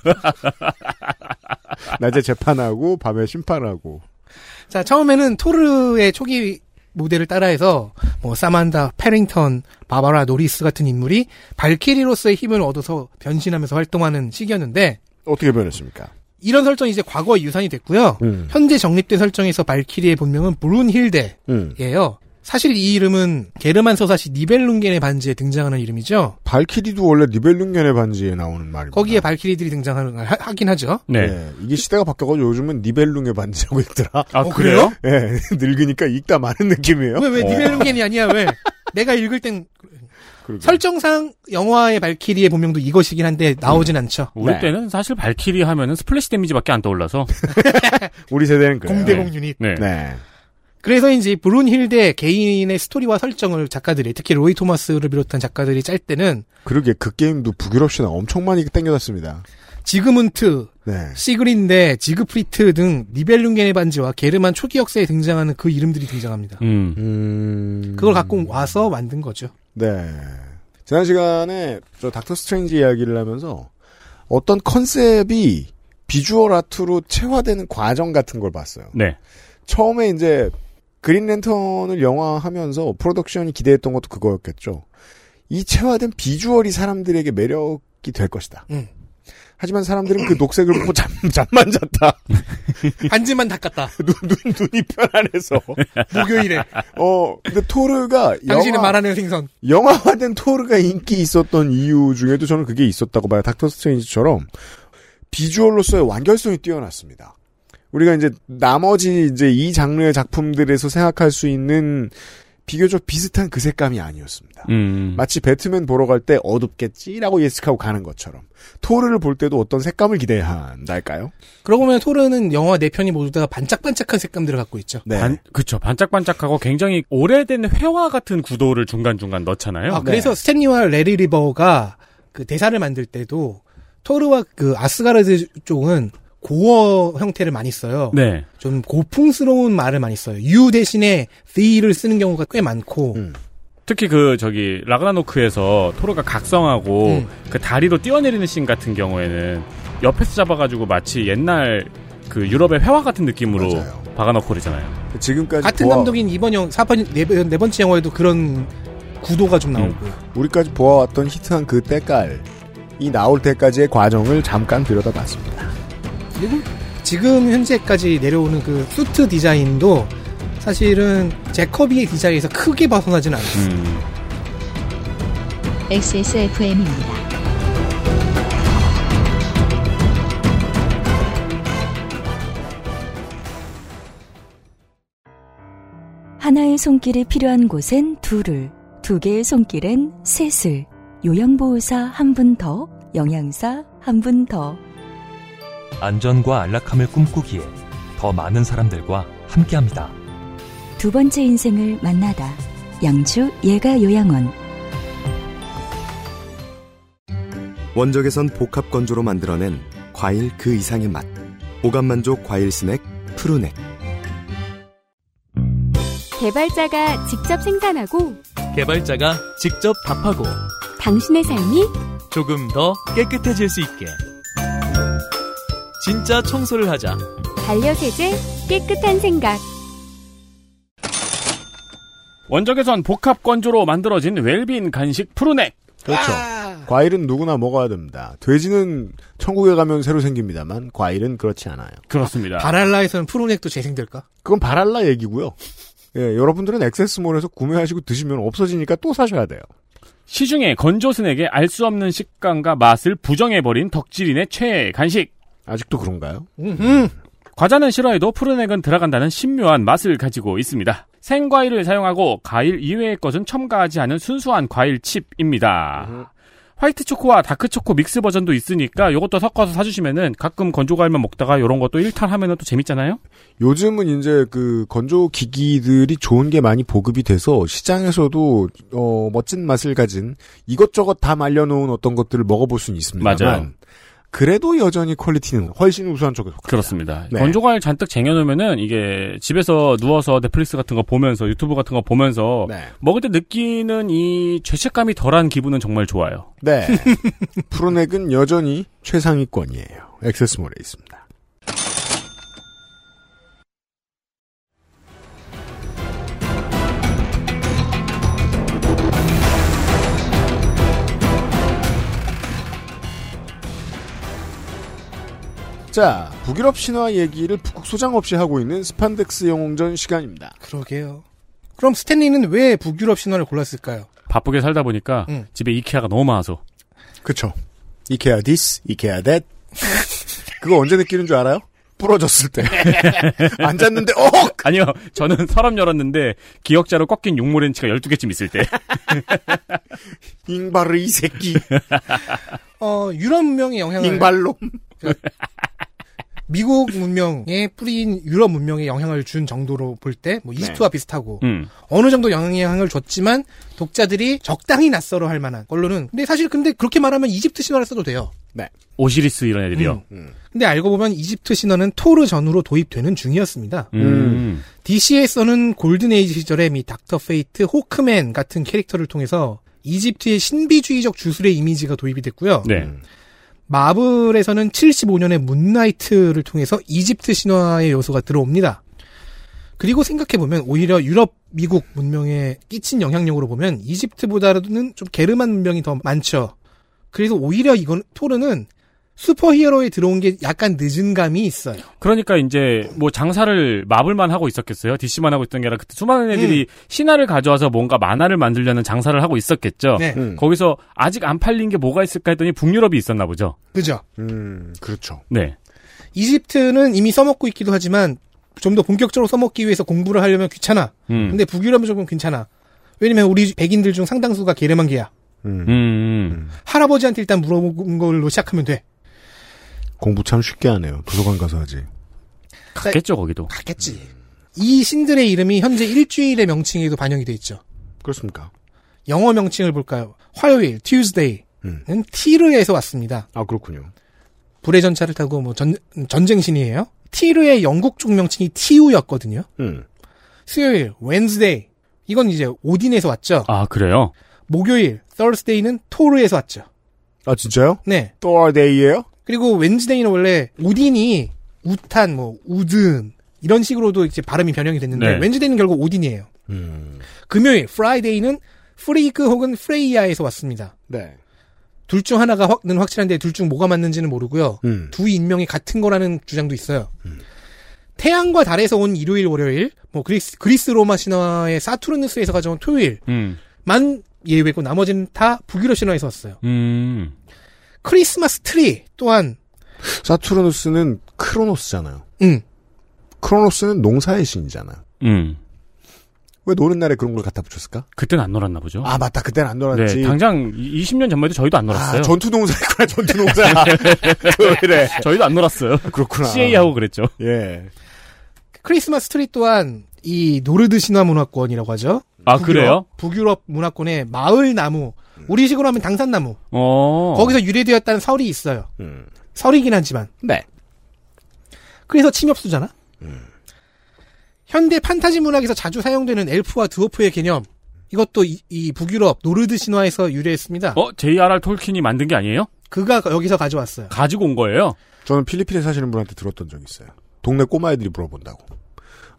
낮에 재판하고, 밤에 심판하고. 자, 처음에는 토르의 초기 모델을 따라해서 뭐 사만다, 페링턴, 바바라 노리스 같은 인물이 발키리로서의 힘을 얻어서 변신하면서 활동하는 시기였는데 어떻게 변했습니까? 이런 설정이 이제 과거에 유산이 됐고요. 음. 현재 정립된 설정에서 발키리의 본명은 브룬힐데예요. 음. 사실 이 이름은 게르만 서사시 니벨룽겐의 반지에 등장하는 이름이죠. 발키리도 원래 니벨룽겐의 반지에 나오는 말입니다. 거기에 발키리들이 등장하는 걸 하- 하긴 하죠. 네. 네, 이게 시대가 바뀌어가지고 요즘은 니벨룽의 반지라고 읽더라. 아 어, 그래요? 예, 늙으니까 읽다 마는 느낌이에요. 왜 왜 어. 니벨룽겐이 아니야? 왜? 내가 읽을 땐 그러게요. 설정상 영화의 발키리의 본명도 이것이긴 한데 나오진 않죠. 우리 네. 때는 사실 발키리 하면은 스플래시 데미지밖에 안 떠올라서. 우리 세대는 그래요. 공대공 유닛. 네. 네. 그래서 이제 브룬힐드의 개인의 스토리와 설정을 작가들이 특히 로이 토마스를 비롯한 작가들이 짤 때는 그러게 그 게임도 북유럽 시나 엄청 많이 땡겨놨습니다. 지그문트, 네. 시그린데, 지그프리트 등 니벨룽겐의 반지와 게르만 초기 역사에 등장하는 그 이름들이 등장합니다. 음. 음. 그걸 갖고 와서 만든 거죠. 네. 지난 시간에 저 닥터 스트레인지 이야기를 하면서 어떤 컨셉이 비주얼 아트로 체화되는 과정 같은 걸 봤어요. 네. 처음에 이제 그린 랜턴을 영화하면서 프로덕션이 기대했던 것도 그거였겠죠. 이 체화된 비주얼이 사람들에게 매력이 될 것이다. 음. 하지만 사람들은 그 녹색을 보고 잠, 잠만 잤다. 반지만 닦았다. 눈, 눈, 눈이 편안해서. 목요일에. 어, 근데 토르가 당신이 영화- 말하는 생선. 영화화된 토르가 인기 있었던 이유 중에도 저는 그게 있었다고 봐요. 닥터 스트레인지처럼 비주얼로서의 완결성이 뛰어났습니다. 우리가 이제 나머지 이제 이 장르의 작품들에서 생각할 수 있는 비교적 비슷한 그 색감이 아니었습니다. 음. 마치 배트맨 보러 갈 때 어둡겠지라고 예측하고 가는 것처럼 토르를 볼 때도 어떤 색감을 기대해야 한달까요? 그러고 보면 토르는 영화 네 편이 모두 다 반짝반짝한 색감들을 갖고 있죠. 네. 반, 그쵸. 반짝반짝하고 굉장히 오래된 회화 같은 구도를 중간중간 넣잖아요. 아, 그래서 스탠리와 레리 리버가 그 대사를 만들 때도 토르와 그 아스가르드 쪽은 고어 형태를 많이 써요. 네. 좀 고풍스러운 말을 많이 써요. 유 대신에 the를 쓰는 경우가 꽤 많고. 음. 특히 그, 저기, 라그나노크에서 토르가 각성하고 네. 음. 그 다리로 뛰어내리는 씬 같은 경우에는 옆에서 잡아가지고 마치 옛날 그 유럽의 회화 같은 느낌으로 맞아요. 박아놓고 그러잖아요. 지금까지 같은 보아- 감독인 이번 영, 4번, 네, 번- 네 번째 영화에도 그런 구도가 좀 나오고. 우리까지 보아왔던 히트한 그 때깔이 나올 때까지의 과정을 잠깐 들여다봤습니다. 그리고 지금 현재까지 내려오는 그 수트 디자인도 사실은 제커비의 디자인에서 크게 벗어나진 않아요. 음. XSFM입니다. 하나의 손길이 필요한 곳엔 둘을, 두 개의 손길엔 셋을, 요양보호사 한 분 더, 영양사 한 분 더. 안전과 안락함을 꿈꾸기에 더 많은 사람들과 함께합니다. 두 번째 인생을 만나다. 양주 예가 요양원. 원적에선 복합 건조로 만들어낸 과일 그 이상의 맛. 오감 만족 과일 스낵 푸르넥. 개발자가 직접 생산하고 개발자가 직접 답하고 당신의 삶이 조금 더 깨끗해질 수 있게 진짜 청소를 하자 반려세제 깨끗한 생각 원적에선 복합 건조로 만들어진 웰빈 간식 푸르넥. 아, 그렇죠. 과일은 누구나 먹어야 됩니다. 돼지는 천국에 가면 새로 생깁니다만 과일은 그렇지 않아요. 그렇습니다. 바랄라에서는 프로넥도 재생될까? 그건 바랄라 얘기고요. 예, 여러분들은 액세스몰에서 구매하시고 드시면 없어지니까 또 사셔야 돼요. 시중에 건조스에게 알 수 없는 식감과 맛을 부정해버린 덕질인의 최애 간식. 아직도 그런가요? 음. 과자는 싫어해도 푸른액은 들어간다는 신묘한 맛을 가지고 있습니다. 생과일을 사용하고 과일 이외의 것은 첨가하지 않은 순수한 과일 칩입니다. 화이트 초코와 다크 초코 믹스 버전도 있으니까 이것도 섞어서 사주시면은 가끔 건조과일만 먹다가 이런 것도 일탈하면은 또 재밌잖아요. 요즘은 이제 그 건조 기기들이 좋은 게 많이 보급이 돼서 시장에서도 어, 멋진 맛을 가진 이것저것 다 말려놓은 어떤 것들을 먹어볼 수는 있습니다만 맞아요. 그래도 여전히 퀄리티는 훨씬 우수한 쪽에 속합니다. 그렇습니다. 네. 건조과일 잔뜩 쟁여놓으면은 이게 집에서 누워서 넷플릭스 같은 거 보면서 유튜브 같은 거 보면서 먹을 때 느끼는 이 죄책감이 덜한 기분은 정말 좋아요. 네. 프로넥은 여전히 최상위권이에요. 액세스몰에 있습니다. 자, 북유럽 신화 얘기를 북극 소장 없이 하고 있는 스판덱스 영웅전 시간입니다. 그러게요. 그럼 스탠리는 왜 북유럽 신화를 골랐을까요? 바쁘게 살다 보니까 응. 집에 이케아가 너무 많아서. 그쵸. 이케아 디스, 이케아 댓. 그거 언제 느끼는 줄 알아요? 부러졌을 때. 앉았는데 억! 아니요. 저는 서랍 열었는데 기억자로 꺾인 육물 렌치가 12개쯤 있을 때. 잉바르 이 새끼. 네. 어, 유럽 문명의 영향을 잉발롬. 미국 문명의 뿌리인 유럽 문명의 영향을 준 정도로 볼 때 뭐 이집트와 비슷하고 음. 어느 정도 영향을 줬지만 독자들이 적당히 낯설어 할 만한 걸로는 근데 사실 근데 그렇게 말하면 이집트 신화를 써도 돼요. 네. 오시리스 이런 애들이요. 근데 알고 보면 이집트 신화는 토르 전후로 도입되는 중이었습니다. 음. DC에서는 골든에이지 시절의 미 닥터 페이트, 호크맨 같은 캐릭터를 통해서 이집트의 신비주의적 주술의 이미지가 도입이 됐고요. 네. 마블에서는 75년의 문나이트를 통해서 이집트 신화의 요소가 들어옵니다. 그리고 생각해보면 오히려 유럽, 미국 문명에 끼친 영향력으로 보면 이집트보다는 좀 게르만 문명이 더 많죠. 그래서 오히려 이건 토르는 슈퍼 히어로에 들어온 게 약간 늦은 감이 있어요. 그러니까 이제 뭐 장사를 마블만 하고 있었겠어요. DC만 하고 있던 게 아니라 그때 수많은 애들이 신화를 가져와서 뭔가 만화를 만들려는 장사를 하고 있었겠죠. 네. 음. 거기서 아직 안 팔린 게 뭐가 있을까 했더니 북유럽이 있었나 보죠. 그죠? 음, 그렇죠. 네. 이집트는 이미 써먹고 있기도 하지만 좀 더 본격적으로 써먹기 위해서 공부를 하려면 귀찮아. 음. 근데 북유럽은 조금 괜찮아. 왜냐면 우리 백인들 중 상당수가 게르만계야. 음. 할아버지한테 일단 물어본 걸로 시작하면 돼. 공부 참 쉽게 하네요. 도서관 가서 하지. 갔겠죠, 거기도. 갔겠지. 이 신들의 이름이 현재 일주일의 명칭에도 반영이 돼 있죠. 그렇습니까? 영어 명칭을 볼까요? 화요일, Tuesday는 티르에서 왔습니다. 아, 그렇군요. 불의 전차를 타고 뭐 전, 전쟁신이에요. 티르의 영국 쪽 명칭이 티우였거든요. 음. 수요일, Wednesday. 이건 이제 오딘에서 왔죠. 아, 그래요? 목요일, Thursday는 토르에서 왔죠. 아, 진짜요? 네. 또아데이예요 그리고 웬즈데이는 원래 오딘이 우탄, 뭐 우든 이런 식으로도 이제 발음이 변형이 됐는데 네. 음. 웬즈데이는 결국 오딘이에요. 금요일, Friday는 프리그 혹은 프레이야에서 왔습니다. 네. 둘 중 하나가 확,는 확실한데 둘 중 뭐가 맞는지는 모르고요. 음. 두 인명이 같은 거라는 주장도 있어요. 태양과 달에서 온 일요일, 월요일, 뭐 그리스, 그리스 로마 신화의 사투르누스에서 가져온 토요일만 음. 예외고 나머지는 다 북유럽 신화에서 왔어요. 음. 크리스마스 트리 또한 사투르누스는 크로노스잖아요. 응. 크로노스는 농사의 신이잖아요. 음. 왜 노는 날에 그런 걸 갖다 붙였을까? 그땐 안 놀았나 보죠. 아 맞다, 그땐 안 놀았지. 네, 당장 20년 전만 해도 저희도 안 놀았어요. 아, 전투농사였구나, 전투농사. 그래. 저희도 안 놀았어요. 아. 그렇구나. CA하고 그랬죠. 예. 크리스마스 트리 또한 이 노르드 신화 문화권이라고 하죠. 아, 그래요? 북유럽 문화권의 마을 나무, 우리식으로 하면 당산나무. 어. 거기서 유래되었다는 설이 있어요. 음. 설이긴 하지만. 네. 그래서 침엽수잖아. 현대 판타지 문학에서 자주 사용되는 엘프와 드워프의 개념. 이것도 이, 이 북유럽 노르드 신화에서 유래했습니다. 어, J.R.R. 톨킨이 만든 게 아니에요? 그가 여기서 가져왔어요. 가지고 온 거예요? 저는 필리핀에 사시는 분한테 들었던 적이 있어요. 동네 꼬마애들이 물어본다고.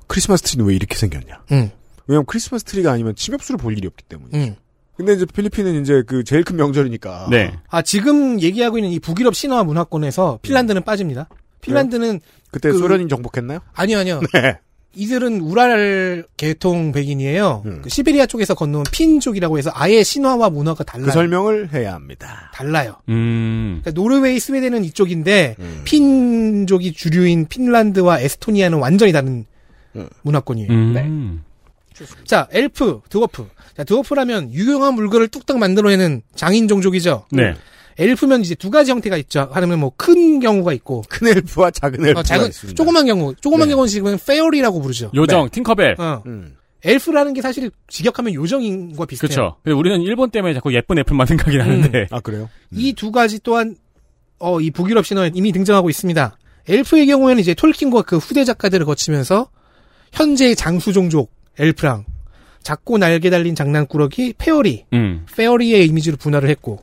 크리스마스 트리는 왜 이렇게 생겼냐? 음. 응. 왜냐면 크리스마스 트리가 아니면 침엽수를 볼 일이 없기 때문이죠. 응. 근데 이제 필리핀은 이제 그 제일 큰 명절이니까. 네. 아 지금 얘기하고 있는 이 북유럽 신화 음. 문화권에서 핀란드는 빠집니다. 핀란드는 그때 그- 소련이 정복했나요? 아니요 아니요. 네. 이들은 우랄 계통 백인이에요. 음. 그 시베리아 쪽에서 건너온 핀족이라고 해서 아예 신화와 문화가 달라요. 그 설명을 해야 합니다. 달라요. 음. 그러니까 노르웨이, 스웨덴은 이쪽인데 음. 핀족이 주류인 핀란드와 에스토니아는 완전히 다른 음. 문화권이에요. 네. 음. 자, 엘프, 드워프. 자, 드워프라면 유용한 물건을 뚝딱 만들어내는 장인 종족이죠. 네. 엘프면 이제 두 가지 형태가 있죠. 하나면 뭐 큰 경우가 있고 큰 엘프와 작은 엘프가 어, 작은 있습니다. 조그만 경우, 조그만 네. 경우는 지금 페어리라고 부르죠. 요정, 팅커벨. 어. 음. 엘프라는 게 사실 직역하면 요정인과 비슷해요. 음. 그쵸. 근데 우리는 일본 때문에 자꾸 예쁜 애플만 생각이 나는데. 아 그래요? 이 두 가지 또한 어, 이 북유럽 신화에 이미 등장하고 있습니다. 엘프의 경우에는 이제 톨킨과 그 후대 작가들을 거치면서 현재의 장수 종족 엘프랑 작고 날개 달린 장난꾸러기 페어리, 음. 페어리의 이미지로 분화를 했고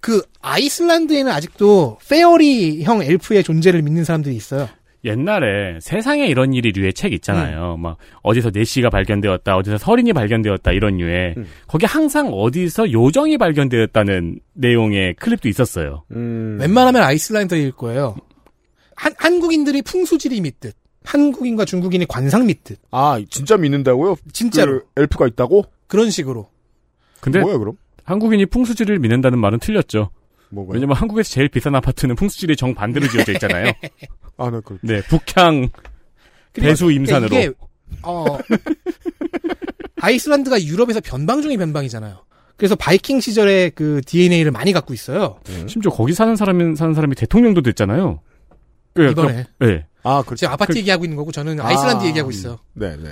그 아이슬란드에는 아직도 페어리형 엘프의 존재를 믿는 사람들이 있어요. 옛날에 세상에 이런 일이 류의 책 음. 있잖아요. 막 어디서 내시가 발견되었다, 어디서 서린이 발견되었다 이런 류의 음. 거기 항상 어디서 요정이 발견되었다는 내용의 클립도 있었어요. 음. 웬만하면 아이슬란드일 거예요. 한, 한국인들이 풍수지리 믿듯 한국인과 중국인이 관상 믿듯 아 진짜 믿는다고요? 진짜로 그 엘프가 있다고? 그런 식으로 근데 뭐야 그럼? 한국인이 풍수지를 믿는다는 말은 틀렸죠. 뭐가? 왜냐면 한국에서 제일 비싼 아파트는 풍수지리 정 반대로 지어져 있잖아요. 아네 그. 네, 북향 그리고 배수 임산으로. 이게, 어, 아이슬란드가 유럽에서 변방 중의 변방이잖아요. 그래서 바이킹 시절의 그 DNA를 많이 갖고 있어요. 심지어 거기 사는 사람이 사는 사람이 대통령도 됐잖아요. 그, 이번에. 그, 네. 아 그렇죠. 지금 아파트 그- 얘기하고 있는 거고 저는 아이슬란드 아, 얘기하고 있어요. 그 네네.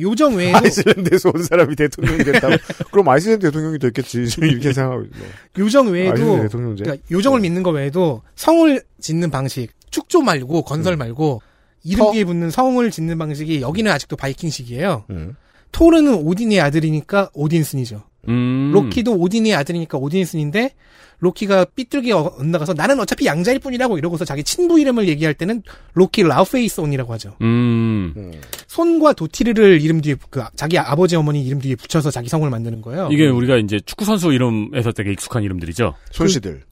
요정 외에도 아이슬란드에서 온 사람이 대통령이 됐다고. 그럼 아이슬란드 대통령이 됐겠지. 지금 이렇게 생각하고 있어. 요정 아이슬란드 외에도 대통령제. 그러니까 어. 요정을 믿는 거 외에도 성을 짓는 방식, 축조 말고 음. 건설 말고 이름 터? 뒤에 붙는 성을 짓는 방식이 여기는 아직도 바이킹식이에요. 음. 토르는 오딘의 아들이니까 오딘슨이죠. 음. 로키도 오딘의 아들이니까 오딘슨인데 로키가 삐뚤게 어- 엇나가서 나는 어차피 양자일 뿐이라고 이러고서 자기 친부 이름을 얘기할 때는 로키 라우페이스온이라고 하죠. 음. 음. 손과 도티르를 이름 뒤에 그 아- 자기 아버지 어머니 이름 뒤에 붙여서 자기 성을 만드는 거예요. 이게 우리가 이제 축구 선수 이름에서 되게 익숙한 이름들이죠. 손씨들.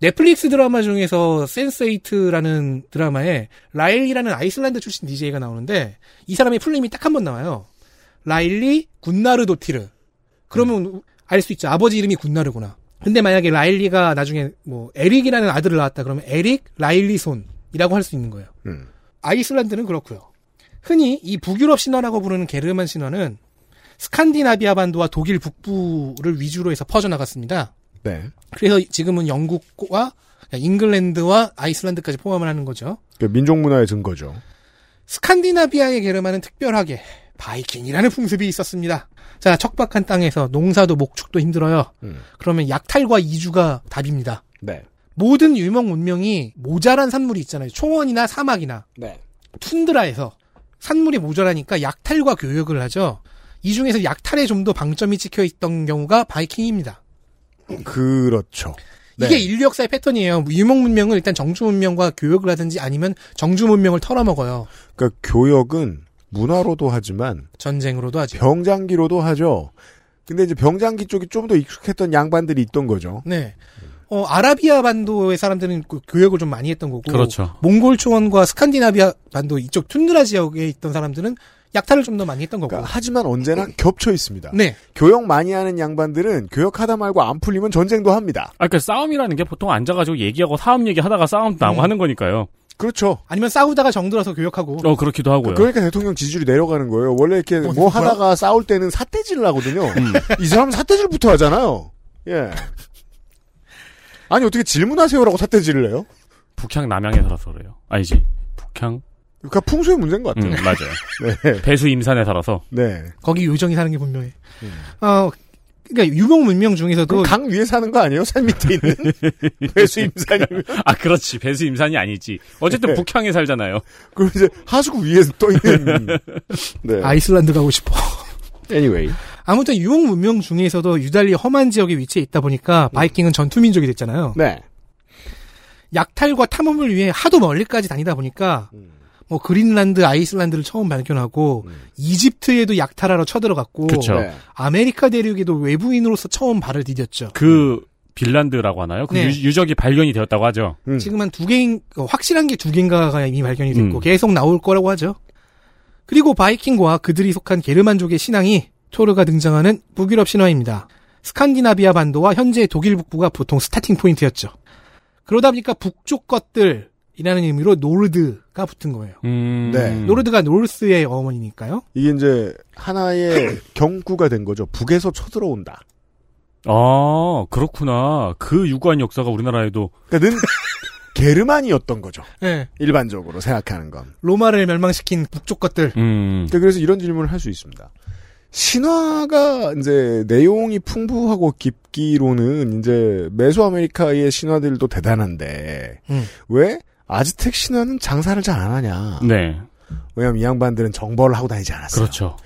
넷플릭스 드라마 중에서 센스8라는 드라마에 라일리라는 아이슬란드 출신 DJ가 나오는데 이 사람의 풀네임이 딱 한 번 나와요. 라일리 군나르 도티르. 그러면 알 수 있죠. 아버지 이름이 군나르구나. 근데 만약에 라일리가 나중에 뭐 에릭이라는 아들을 낳았다 그러면 에릭 라일리손이라고 할 수 있는 거예요. 음. 아이슬란드는 그렇고요. 흔히 이 북유럽 신화라고 부르는 게르만 신화는 스칸디나비아 반도와 독일 북부를 위주로 해서 퍼져나갔습니다. 네. 그래서 지금은 영국과 그러니까 잉글랜드와 아이슬란드까지 포함을 하는 거죠. 그러니까 민족 문화의 증거죠. 스칸디나비아의 게르만은 특별하게 바이킹이라는 풍습이 있었습니다. 자, 척박한 땅에서 농사도 목축도 힘들어요. 음. 그러면 약탈과 이주가 답입니다. 네. 모든 유명 문명이 모자란 산물이 있잖아요. 초원이나 사막이나 네. 툰드라에서 산물이 모자라니까 약탈과 교역을 하죠. 이 중에서 약탈에 좀 더 방점이 찍혀 있던 경우가 바이킹입니다. 그렇죠. 네. 이게 인류 역사의 패턴이에요. 유목 문명은 일단 정주 문명과 교역을 하든지 아니면 정주 문명을 털어먹어요. 그러니까 교역은 문화로도 하지만 전쟁으로도 하죠. 병장기로도 하죠. 근데 이제 병장기 쪽이 좀 더 익숙했던 양반들이 있던 거죠. 네. 어, 아라비아 반도의 사람들은 그 교역을 좀 많이 했던 거고 그렇죠. 몽골 초원과 스칸디나비아 반도 이쪽 툰드라 지역에 있던 사람들은 약탈을 좀 더 많이 했던 거고. 그러니까 그러니까. 하지만 언제나 겹쳐 있습니다. 네. 교역 많이 하는 양반들은 교역하다 말고 안 풀리면 전쟁도 합니다. 아, 그러니까 싸움이라는 게 보통 앉아가지고 얘기하고 사업 얘기하다가 싸움 나고 음. 하는 거니까요. 그렇죠. 아니면 싸우다가 정들어서 교역하고. 어, 그렇기도 하고요. 그러니까 대통령 지지율이 내려가는 거예요. 원래 이렇게 뭐, 뭐야? 하다가 싸울 때는 사태질을 하거든요. 이 사람 은 사태질부터 하잖아요. 예. 아니 어떻게 질문하세요라고 사태질을 해요? 북향 남향에 살아서 그래요. 아니지. 북향. 그러니까 풍수의 문제인 것 같아요. 음, 맞아요. 배수 임산에 살아서. 네. 거기 요정이 사는 게 분명해. 음. 어, 그러니까 유명 문명 중에서도 강 위에 사는 거 아니에요? 산 밑에 있는 배수 임산이면. 아, 그렇지. 배수 임산이 아니지. 어쨌든 네. 북향에 살잖아요. 그럼 이제 하수구 위에서 떠 있는. 네. 아이슬란드 가고 싶어. Anyway. 아무튼 유목 문명 중에서도 유달리 험한 지역에 위치해 있다 보니까 바이킹은 전투 민족이 됐잖아요. 네. 약탈과 탐험을 위해 하도 멀리까지 다니다 보니까 뭐 그린란드, 아이슬란드를 처음 발견하고 이집트에도 약탈하러 쳐들어갔고 그쵸. 네. 아메리카 대륙에도 외부인으로서 처음 발을 디뎠죠. 그 빌란드라고 하나요? 그 네. 유, 적이 발견이 되었다고 하죠. 음. 지금 한 두 개인 어, 확실한 게 두 개인가가 이미 발견이 됐고 음. 계속 나올 거라고 하죠. 그리고 바이킹과 그들이 속한 게르만족의 신앙이 토르가 등장하는 북유럽 신화입니다. 스칸디나비아 반도와 현재 독일 북부가 보통 스타팅 포인트였죠. 그러다 보니까 북쪽 것들이라는 의미로 노르드가 붙은 거예요. 네. 음. 노르드가 노르스의 어머니니까요. 이게 이제 하나의 경구가 된 거죠. 북에서 쳐들어온다. 아, 그렇구나. 그 유구한 역사가 우리나라에도. 그러니까 는 게르만이었던 거죠. 네. 일반적으로 생각하는 건. 로마를 멸망시킨 북쪽 것들. 그러니까 그래서 이런 질문을 할 수 있습니다. 신화가 이제 내용이 풍부하고 깊기로는 이제 메소아메리카의 신화들도 대단한데 음. 왜 아즈텍 신화는 장사를 잘 안 하냐? 네. 왜냐면 이 양반들은 정벌을 하고 다니지 않았어요. 그렇죠.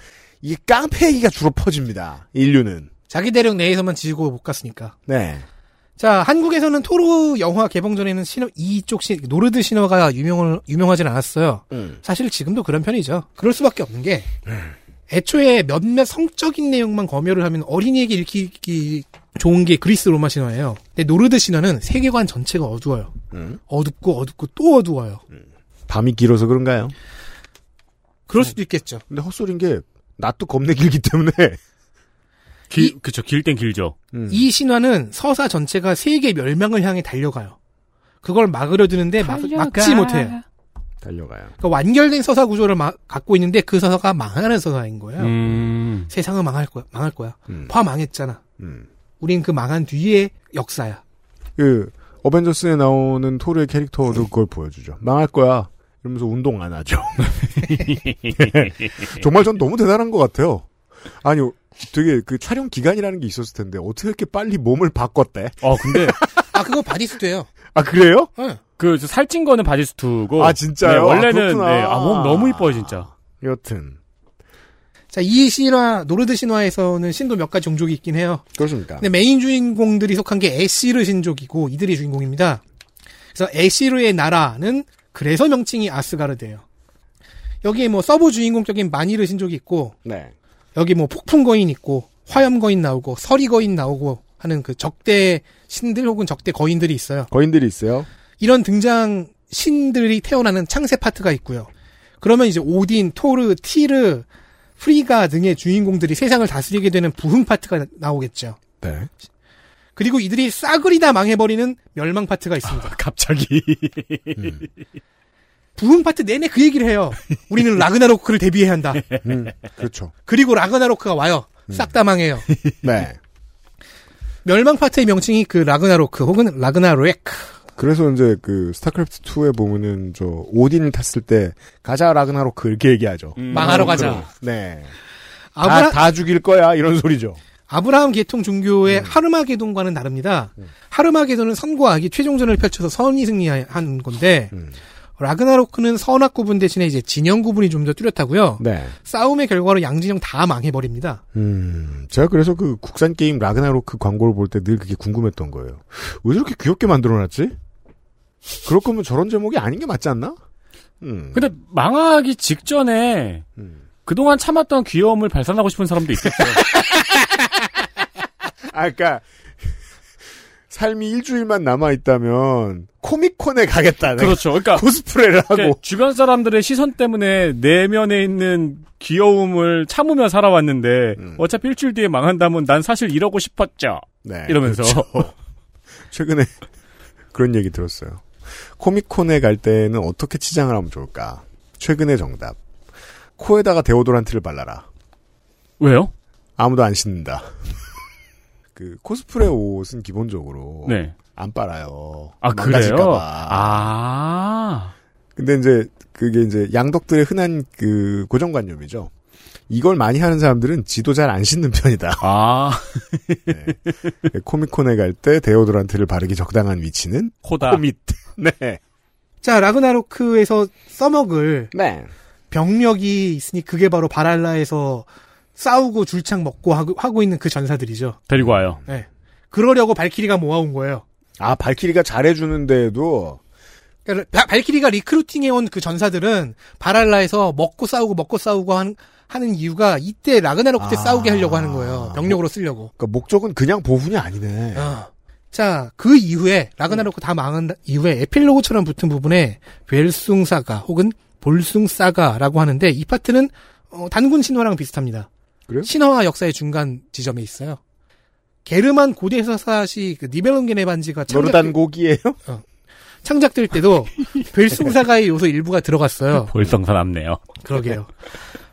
이게 깡패 얘기가 주로 퍼집니다. 인류는. 자기 대륙 내에서만 지고 못 갔으니까. 네. 자, 한국에서는 토르 영화 개봉 전에는 신화, 이쪽 신, 노르드 신화가 유명을, 유명하진 않았어요. 사실 지금도 그런 편이죠. 그럴 수밖에 없는 게, 애초에 몇몇 성적인 내용만 검열을 하면 어린이에게 읽히기 좋은 게 그리스 로마 신화예요. 근데 노르드 신화는 세계관 전체가 어두워요. 어둡고 어둡고 또 어두워요. 밤이 길어서 그런가요? 그럴 수도 있겠죠. 근데 헛소리인 게 낮도 겁내 길기 때문에 길, 그쵸. 길 땐 길죠. 음, 이 신화는 서사 전체가 세계 멸망을 향해 달려가요. 그걸 막으려 드는데 막, 막지 못해요. 달려가요. 그러니까 완결된 서사 구조를 마- 갖고 있는데 그 서사가 망하는 서사인 네. 거예요. 음. 세상은 망할 거야. 망할 거야. 화 망했잖아. 음. 우린 그 망한 뒤에 역사야. 그 어벤져스에 나오는 토르의 캐릭터도 그걸 보여주죠. 망할 거야. 이러면서 운동 안 하죠. 정말 전 너무 대단한 것 같아요. 아니, 되게 그 촬영 기간이라는 게 있었을 텐데 어떻게 이렇게 빨리 몸을 바꿨대? 어, 근데 아 그거 바디스트예요. 아 그래요? 응. 그 살찐 거는 바지수트고. 아, 진짜요? 네, 아, 원래는 그렇구나. 네, 아, 몸 너무 이뻐요, 진짜. 여튼 자, 이 신화 노르드 신화에서는 신도 몇 가지 종족이 있긴 해요. 그렇습니까? 근데 메인 주인공들이 속한 게 에시르 신족이고 이들이 주인공입니다. 그래서 에시르의 나라는 그래서 명칭이 아스가르드예요. 여기에 뭐 서브 주인공적인 마니르 신족이 있고 네. 여기 뭐 폭풍 거인 있고 화염 거인 나오고 서리 거인 나오고 하는 그 적대 신들 혹은 적대 거인들이 있어요. 거인들이 있어요. 이런 등장 신들이 태어나는 창세 파트가 있고요. 그러면 이제 오딘, 토르, 티르, 프리가 등의 주인공들이 세상을 다스리게 되는 부흥 파트가 나- 나오겠죠. 네. 그리고 이들이 싸그리 다 망해버리는 멸망 파트가 있습니다. 갑자기. 부흥 파트 내내 그 얘기를 해요. 우리는 라그나로크를 대비해야 한다. 그렇죠. 그리고 라그나로크가 와요. 싹 다 망해요. 네. 멸망 파트의 명칭이 그 라그나로크 혹은 라그나로에크. 그래서 이제 그 스타크래프트 2에 보면은 저 오딘을 탔을 때 가자 라그나로크 이렇게 얘기하죠. 망하러 가자. 네. 아브라, 다, 다 죽일 거야 이런 소리죠. 아브라함 계통 종교의 하르마게돈과는 다릅니다. 하르마게돈은 선과 악이 최종전을 펼쳐서 선이 승리한 건데 라그나로크는 선악 구분 대신에 이제 진영 구분이 좀 더 뚜렷하고요. 네. 싸움의 결과로 양진영 다 망해버립니다. 음, 제가 그래서 그 국산 게임 라그나로크 광고를 볼 때 늘 그게 궁금했던 거예요. 왜 저렇게 귀엽게 만들어놨지? 그럴 거면 저런 제목이 아닌 게 맞지 않나? 음. 근데 망하기 직전에 그동안 참았던 귀여움을 발산하고 싶은 사람도 있겠죠. 아, 그니까, 그러니까 삶이 일주일만 남아 있다면 코믹콘에 가겠다. 내가. 그렇죠. 그러니까 코스프레를 이렇게 하고 주변 사람들의 시선 때문에 내면에 있는 귀여움을 참으며 살아왔는데 음. 어차피 일주일 뒤에 망한다면 난 사실 이러고 싶었죠. 네, 이러면서 그렇죠. 최근에 그런 얘기 들었어요. 코믹콘에 갈 때는 어떻게 치장을 하면 좋을까? 최근의 정답. 코에다가 데오도란트를 발라라. 왜요? 아무도 안 신는다. 그 코스프레 옷은 기본적으로 네. 안 빨아요. 아, 망가질까 그래요? 봐. 아. 근데 이제 그게 이제 양덕들의 흔한 그 고정관념이죠. 이걸 많이 하는 사람들은 지도 잘 안 신는 편이다. 아. 코미콘에 갈 때 데오도란트를 바르기 적당한 위치는 코다. 코 밑. 네. 자, 라그나로크에서 써먹을 네. 병력이 있으니 그게 바로 바랄라에서 싸우고 줄창 먹고 하고, 하고 있는 그 전사들이죠. 데리고 와요. 네. 그러려고 발키리가 모아온 거예요. 아 발키리가 잘해주는데도 그러니까 바- 발키리가 리크루팅해온 그 전사들은 바랄라에서 먹고 싸우고 먹고 싸우고 한- 하는 이유가 이때 라그나로크 때 아. 싸우게 하려고 하는 거예요. 병력으로 쓰려고. 그러니까 목적은 그냥 보훈이 아니네. 어. 자, 그 이후에 라그나로크 다 망한 이후에 에필로그처럼 붙은 부분에 벨숭사가 혹은 볼숭사가라고 하는데 이 파트는 어, 단군 신화랑 비슷합니다. 그래요? 신화와 역사의 중간 지점에 있어요. 게르만 고대 서사시 그 니벨룽겐의 반지가 노르단 창작될, 고기예요? 창작될 때도 벨숭사가의 요소 일부가 들어갔어요. 볼성사 남네요. 그러게요.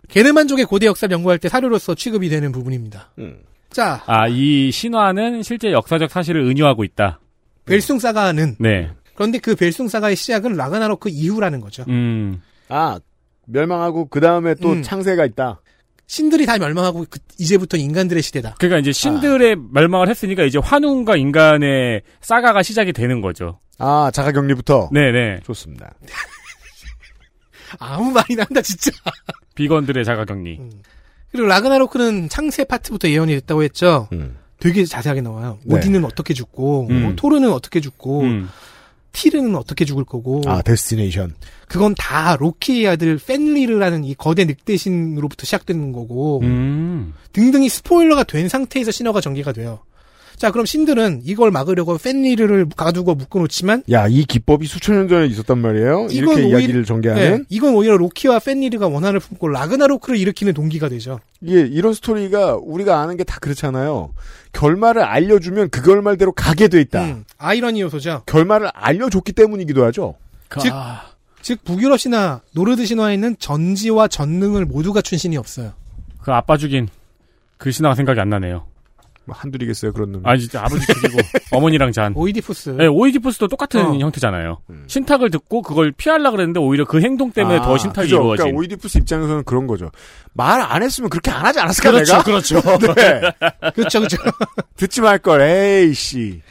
게르만족의 고대 역사를 연구할 때 사료로서 취급이 되는 부분입니다. 음. 자, 아, 이 신화는 실제 역사적 사실을 은유하고 있다. 벨숭사가는 네. 그런데 그 벨숭사가의 시작은 라그나로크 이후라는 거죠. 음. 아 멸망하고 그 다음에 또 음. 창세가 있다. 신들이 다 멸망하고 그- 이제부터 인간들의 시대다. 그러니까 이제 신들의 아. 멸망을 했으니까 이제 환웅과 인간의 사가가 시작이 되는 거죠. 아 자가격리부터 네, 네. 좋습니다. 아무 말이나 한다 진짜. 비건들의 자가격리. 그리고 라그나로크는 창세 파트부터 예언이 됐다고 했죠. 음. 되게 자세하게 나와요. 네. 오딘은 어떻게 죽고, 음. 뭐 토르는 어떻게 죽고, 음. 티르는 어떻게 죽을 거고, 아 데스티네이션. 그건 다 로키의 아들 펜리르라는 이 거대 늑대신으로부터 시작되는 거고, 음. 등등이 스포일러가 된 상태에서 신화가 전개가 돼요. 자, 그럼 신들은 이걸 막으려고 펜리르를 가두고 묶어놓지만, 야 이 기법이 수천 년 전에 있었단 말이에요. 이건 이렇게 오히려- 이야기를 네, 전개하는 이건 오히려 로키와 펜리르가 원한을 품고 라그나로크를 일으키는 동기가 되죠. 네. 예, 이게 이런 스토리가 우리가 아는 게 다 그렇잖아요. 결말을 알려주면 그 결말대로 가게 돼 있다. 음, 아이러니 요소죠. 결말을 알려줬기 때문이기도 하죠. 그 즉, 아. 즉 북유럽시나 노르드 신화에는 전지와 전능을 모두 갖춘 신이 없어요. 그 아빠 죽인 그 신화가 생각이 안 나네요. 뭐 한둘이겠어요 그런 놈. 아, 진짜 아버지 죽이고 어머니랑 음. 잔. 오이디푸스. 네, 오이디푸스도 똑같은 어. 형태잖아요. 신탁을 듣고 그걸 피하려고 그랬는데 오히려 그 행동 때문에 더 신탁이 아, 그죠? 이루어진. 그러니까 오이디푸스 입장에서는 그런 거죠. 말 안 했으면 그렇게 안 하지 않았을까 그렇죠, 내가? 그렇죠. 네. 그렇죠, 그렇죠. 듣지 말걸. 에이씨.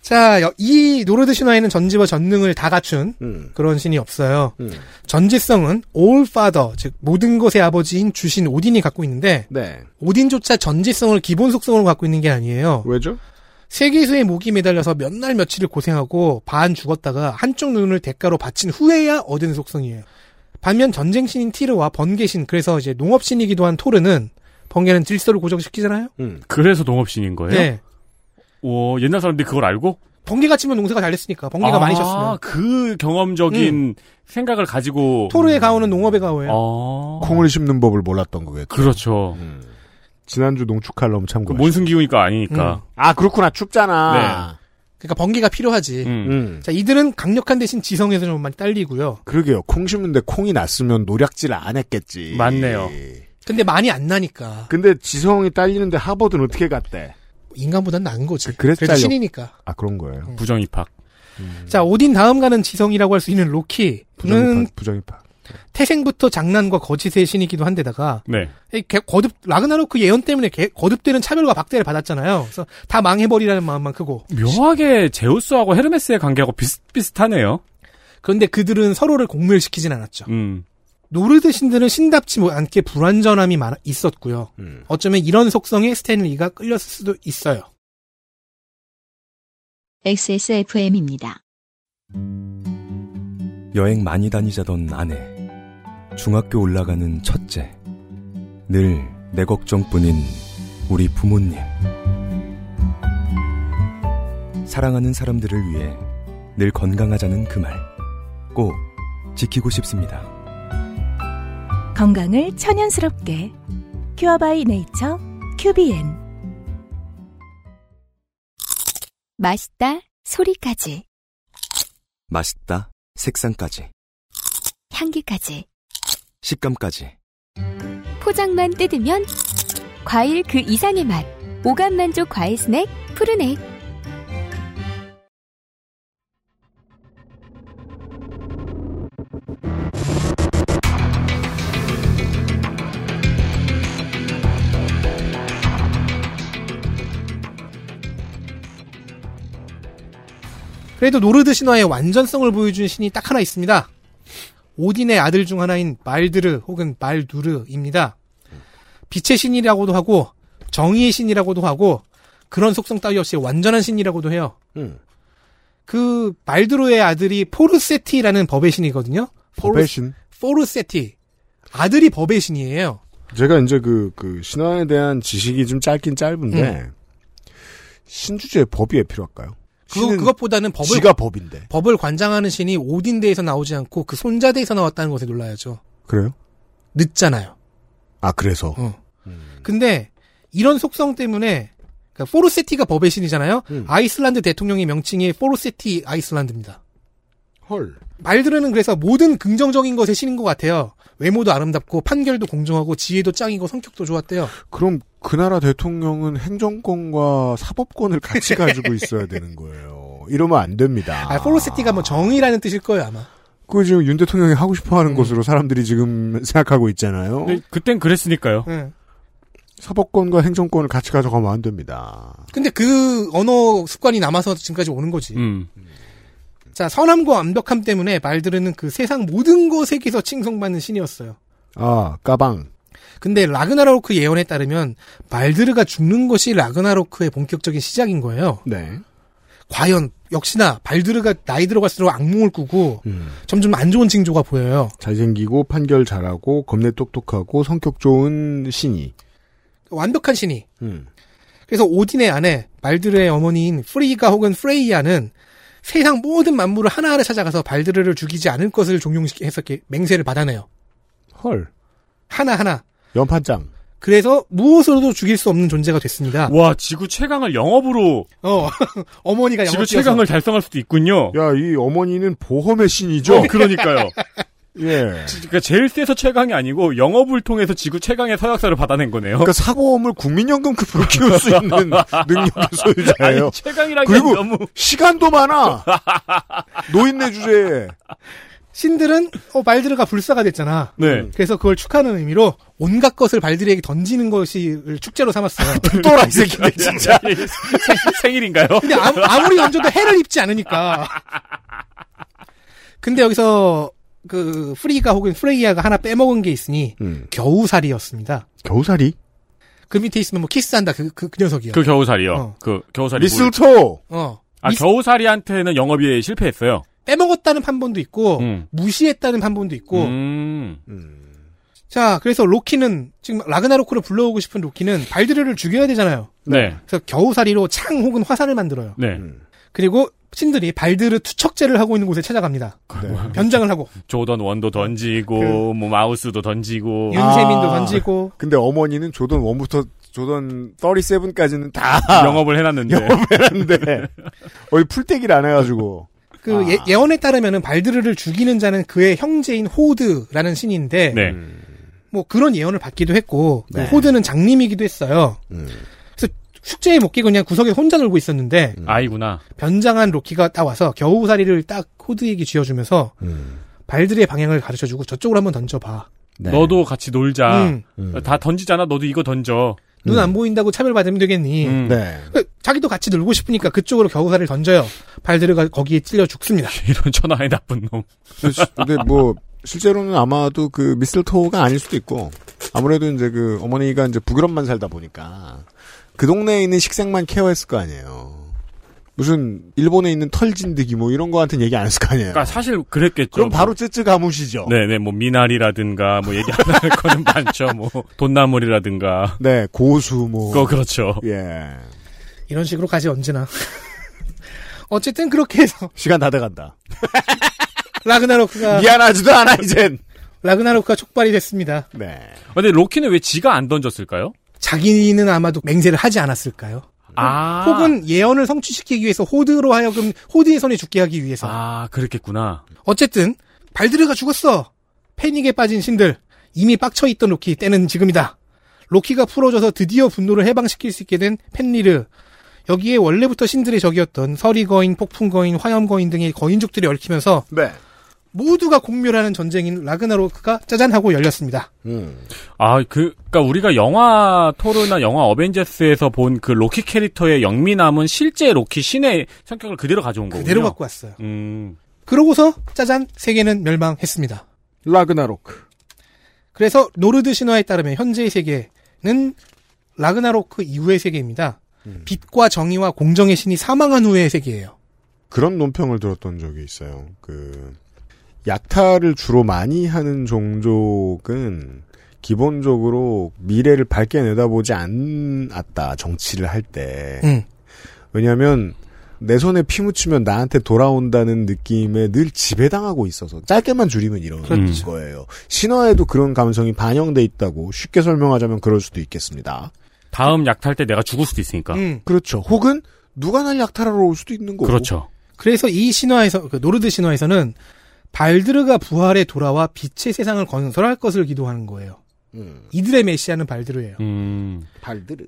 자, 여- 이 노르드 신화에는 전지와 전능을 다 갖춘 음. 그런 신이 없어요. 음. 전지성은 All Father, 즉 모든 것의 아버지인 주신 오딘이 갖고 있는데 네. 오딘조차 전지성을 기본 속성으로 갖고 있는 게 아니에요. 왜죠? 세계수의 목이 매달려서 몇 날 며칠을 고생하고 반 죽었다가 한쪽 눈을 대가로 바친 후에야 얻은 속성이에요. 반면 전쟁신인 티르와 번개신, 그래서 이제 농업신이기도 한 토르는 번개는 질서를 고정시키잖아요? 음. 그래서 동업신인 거예요? 네. 오, 옛날 사람들이 그걸 알고? 번개가 치면 농사가 잘 됐으니까, 번개가 아, 많이 쳤으면. 그 경험적인 생각을 가지고. 토르의 가오는 농업의 가오예요. 아. 콩을 심는 법을 몰랐던 거겠죠. 그렇죠. 음, 지난주 농축칼럼 그 참고. 몬승 기우니까 아니니까. 아 그렇구나 춥잖아. 그러니까 번개가 필요하지. 음. 음. 자, 이들은 강력한 대신 지성에서 좀 많이 딸리고요. 그러게요. 콩 심는데 콩이 났으면 노략질 안 했겠지. 맞네요. 근데 많이 안 나니까. 근데 지성이 딸리는데 하버드는 어떻게 갔대? 인간보단 나은 거지. 그래서 그래도 딸려. 신이니까. 아 그런 음. 거예요. 부정 입학. 자, 오딘 다음 가는 지성이라고 할 수 있는 로키는 부정입학. 부정입학. 태생부터 장난과 거짓의 신이기도 한데다가 네. 이 개- 거듭 라그나로크 예언 때문에 개- 거듭되는 차별과 박대를 받았잖아요. 그래서 다 망해버리라는 마음만 크고 묘하게 제우스하고 헤르메스의 관계하고 비슷비슷하네요. 그런데 그들은 서로를 공멸시키진 않았죠. 음. 노르드 신들은 신답지 못- 않게 불완전함이 많아 있었고요. 음. 어쩌면 이런 속성에 스탠리가 끌렸을 수도 있어요. XSFM입니다. 여행 많이 다니자던 아내, 중학교 올라가는 첫째, 늘 내 걱정뿐인 우리 부모님. 사랑하는 사람들을 위해 늘 건강하자는 그 말. 꼭 지키고 싶습니다. 건강을 천연스럽게 큐어바이 네이처 큐비엔 맛있다 소리까지 맛있다. 색상까지. 향기까지 식감까지. 포장만 뜯으면 과일 그 이상의 맛 오감 만족 과일 스낵 푸르넥 그래도 노르드 신화의 완전성을 보여준 신이 딱 하나 있습니다. 오딘의 아들 중 하나인 말드르 혹은 말두르입니다. 빛의 신이라고도 하고 정의의 신이라고도 하고 그런 속성 따위 없이 완전한 신이라고도 해요. 음. 그 말드르의 아들이 포르세티라는 법의 신이거든요. 포르- 법의 신? 포르세티 아들이 법의 신이에요. 제가 이제 그, 그, 신화에 대한 지식이 좀 짧긴 짧은데, 음. 신주제의 법이 왜 필요할까요? 그, 그것보다는 법을 지가 법인데. 법을 관장하는 신이 오딘대에서 나오지 않고 그 손자대에서 나왔다는 것에 놀라야죠. 그래요? 늦잖아요. 아, 그래서. 어. 근데 이런 속성 때문에 그러니까 포르세티가 법의 신이잖아요. 아이슬란드 대통령의 명칭이 포르세티 아이슬란드입니다. 헐. 말들은 그래서 모든 긍정적인 것의 신인 것 같아요. 외모도 아름답고 판결도 공정하고 지혜도 짱이고 성격도 좋았대요. 그럼 그 나라 대통령은 행정권과 사법권을 같이 가지고 있어야 되는 거예요. 이러면 안 됩니다. 아, 포르세티가 뭐 정의라는 뜻일 거예요 아마. 그 지금 윤 대통령이 하고 싶어 하는 것으로 사람들이 지금 생각하고 있잖아요. 음. 네, 그땐 그랬으니까요. 예. 사법권과 행정권을 같이 가져가면 안 됩니다. 근데 그 언어 습관이 남아서 지금까지 오는 거지. 음. 자 선함과 완벽함 때문에 말들은 그 세상 모든 것에게서 칭송받는 신이었어요. 아, 까방. 근데 라그나로크 예언에 따르면 말드르가 죽는 것이 라그나로크의 본격적인 시작인 거예요. 네. 과연 역시나 발드르가 나이 들어갈수록 악몽을 꾸고 점점 안 좋은 징조가 보여요. 음, 잘생기고 판결 잘하고 겁내 똑똑하고 성격 좋은 신이. 완벽한 신이. 음. 그래서 오딘의 아내 발드르의 어머니인 프리가 혹은 프레이야는 세상 모든 만물을 하나하나 찾아가서 발드르를 죽이지 않을 것을 종용해서 이렇게 맹세를 받아내요. 헐. 하나하나. 연판장. 그래서 무엇으로도 죽일 수 없는 존재가 됐습니다. 와, 지구 최강을 영업으로. 어, 어머니가 지구 영업 최강을 달성할 수도 있군요. 야, 이 어머니는 보험의 신이죠? 어, 그러니까요. 예. 그러니까 제일 세서 최강이 아니고 영업을 통해서 지구 최강의 서약서를 받아낸 거네요. 그러니까 사고음을 국민연금급으로 키울 수 있는 능력의 소유자예요. 아니, 최강이라기엔 그리고 너무- 시간도 많아. 노인네 주제에 신들은 어, 발드르가 불사가 됐잖아. 네. 그래서 그걸 축하하는 의미로 온갖 것을 발드르에게 던지는 것이 축제로 삼았어요. 또라 이 새끼들 진짜. 생일인가요? 근데 아무, 아무리 던져도 해를 입지 않으니까. 근데 여기서 그 프리가 혹은 프레이야가 하나 빼먹은 게 있으니 겨우살이였습니다. 음, 겨우살이? 그 밑에 있으면 뭐 키스한다 그 그 녀석이요. 그 겨우살이요. 어. 그 겨우살이. 미슬토. 어. 아, 겨우살이한테는 영업이 실패했어요. 빼먹었다는 판본도 있고 무시했다는 판본도 있고 어. 음. 자 그래서 로키는 지금 라그나로크를 불러오고 싶은 로키는 발드르를 죽여야 되잖아요. 네. 그래서 겨우살이로 창 혹은 화살을 만들어요. 네. 그리고 신들이 발드르 투척제를 하고 있는 곳에 찾아갑니다. 네. 뭐. 변장을 하고 조던 원도 던지고 뭐 마우스도 던지고 윤세민도 던지고. 근데 어머니는 조던 1부터 조던 37까지는 다 영업을 해놨는데. 영업을 해놨는데. 어이 풀떼기를 안 해가지고. 그 아. 예, 언에 따르면은 발드르를 죽이는 자는 그의 형제인 호드라는 신인데 네. 뭐 그런 예언을 받기도 했고 그 네. 음. 호드는 장님이기도 했어요. 그래서 축제에 못 끼고 그냥 구석에 혼자 놀고 있었는데 음. 아이구나. 변장한 로키가 따와서 겨우살이를 딱 호드에게 쥐어주면서 음. 발드르의 방향을 가르쳐주고 저쪽으로 한번 던져봐. 너도 같이 놀자. 음. 다 던지잖아. 너도 이거 던져. 눈 음. 안 보인다고 차별받으면 되겠니? 네. 그 자기도 같이 놀고 싶으니까 그쪽으로 겨우살이를 던져요. 발드르가 거기에 찔려 죽습니다. 이런 천하의 나쁜 놈. 근데 뭐 실제로는 아마도 그 미슬토가 아닐 수도 있고 아무래도 이제 그 어머니가 이제 북유럽만 살다 보니까 그 동네에 있는 식생만 케어했을 거 아니에요. 무슨 일본에 있는 털진드기 뭐 이런 거한테는 얘기 안 했을 거 아니에요. 그러니까 사실 그랬겠죠. 그럼 바로 쯔쯔 가무시죠. 네네 뭐 미나리라든가 뭐 얘기 안 할 거는 많죠. 뭐 돈나물이라든가. 네, 고수 뭐. 그거 그렇죠. 예. 이런 식으로 가지 언제나. 어쨌든 그렇게 해서 시간 다 돼간다. 라그나로크가 미안하지도 않아 이젠 라그나로크가 촉발이 됐습니다. 네. 근데 로키는 왜 지가 안 던졌을까요? 자기는 아마도 맹세를 하지 않았을까요? 아. 혹은 예언을 성취시키기 위해서 호드로 하여금 호드의 손에 죽게 하기 위해서. 아, 그랬겠구나. 어쨌든 발드르가 죽었어. 패닉에 빠진 신들 이미 빡쳐있던 로키 때는 지금이다. 로키가 풀어져서 드디어 분노를 해방시킬 수 있게 된 펜리르. 여기에 원래부터 신들의 적이었던 서리거인, 폭풍거인, 화염거인 등의 거인족들이 얽히면서 네. 모두가 공멸하는 전쟁인 라그나로크가 짜잔 하고 열렸습니다. 아, 그, 그니까 우리가 영화 토르나 영화 어벤져스에서 본 그 로키 캐릭터의 영미남은 실제 로키 신의 성격을 그대로 가져온 거군요. 그대로 갖고 왔어요. 음. 그러고서 짜잔 세계는 멸망했습니다. 라그나로크. 그래서 노르드 신화에 따르면 현재의 세계는 라그나로크 이후의 세계입니다. 음. 빛과 정의와 공정의 신이 사망한 후의 세계예요. 그런 논평을 들었던 적이 있어요. 그 약탈을 주로 많이 하는 종족은 기본적으로 미래를 밝게 내다보지 않았다 정치를 할 때 음. 왜냐하면 내 손에 피 묻히면 나한테 돌아온다는 느낌에 늘 지배당하고 있어서 짧게만 줄이면 이런 그렇죠. 거예요. 신화에도 그런 감성이 반영돼 있다고 쉽게 설명하자면 그럴 수도 있겠습니다. 다음 약탈 때 내가 죽을 수도 있으니까. 음. 그렇죠. 혹은 누가 날 약탈하러 올 수도 있는 거고. 그렇죠. 그래서 이 신화에서 그 노르드 신화에서는 발드르가 부활에 돌아와 빛의 세상을 건설할 것을 기도하는 거예요. 음. 이들의 메시아는 발드르예요. 음. 발드르.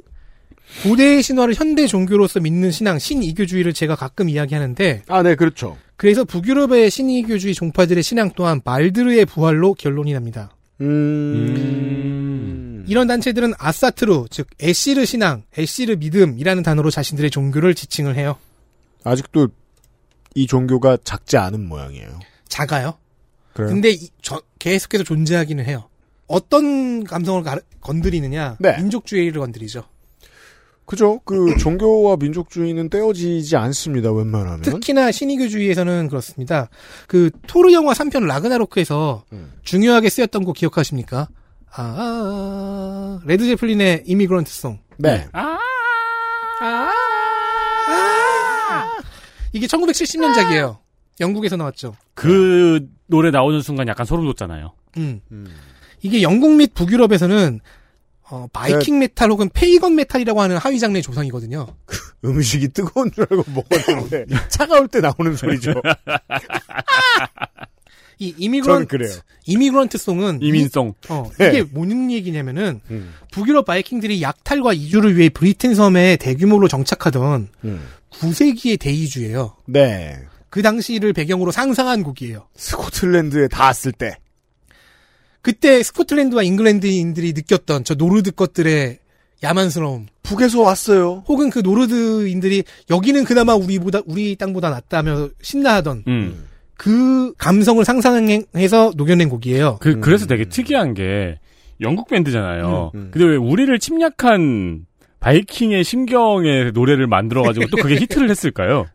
고대의 신화를 현대 종교로서 믿는 신앙 신이교주의를 제가 가끔 이야기하는데 아, 네, 그렇죠. 그래서 북유럽의 신이교주의 종파들의 신앙 또한 발드르의 부활로 결론이 납니다. 음. 이런 단체들은 아사트루, 즉 에시르 신앙, 에시르 믿음이라는 단어로 자신들의 종교를 지칭을 해요. 아직도 이 종교가 작지 않은 모양이에요. 작아요. 그래요? 근데 이- 저- 계속해서 존재하기는 해요. 어떤 감성을 가르- 건드리느냐? 네. 민족주의를 건드리죠. 음. 그죠? 그 종교와 민족주의는 떼어지지 않습니다. 웬만하면. 특히나 신이교주의에서는 그렇습니다. 그 토르 영화 3편 라그나로크에서 음. 중요하게 쓰였던 곡 기억하십니까? 아, 아, 아, 레드 제플린의 이미그런트 송. 네. 아! 이게 1970년작이에요. 영국에서 나왔죠. 그 노래 나오는 순간 약간 소름 돋잖아요. 음. 이게 영국 및 북유럽에서는 어, 바이킹 메탈 혹은 페이건 메탈이라고 하는 하위 장르의 조상이거든요. 음식이 뜨거운 줄 알고 먹었는데 차가울 때 나오는 소리죠. 이 저는 이미그런트 그래요. 이미그런트 송은 이민송. 이, 어, 네. 이게 뭔 얘기냐면은 북유럽 바이킹들이 약탈과 이주를 위해 브리튼 섬에 대규모로 정착하던 9세기의 대이주예요. 음. 네. 그 당시를 배경으로 상상한 곡이에요. 스코틀랜드에 닿았을 때. 그때 스코틀랜드와 잉글랜드인들이 느꼈던 저 노르드 것들의 야만스러움. 북에서 왔어요. 혹은 그 노르드인들이 여기는 그나마 우리보다 우리 땅보다 낫다며 신나하던 음. 그 감성을 상상해서 녹여낸 곡이에요. 그, 음. 그래서 되게 특이한 게, 영국 밴드잖아요. 음. 근데 왜 우리를 침략한 바이킹의 심경의 노래를 만들어가지고 또 그게 히트를 했을까요?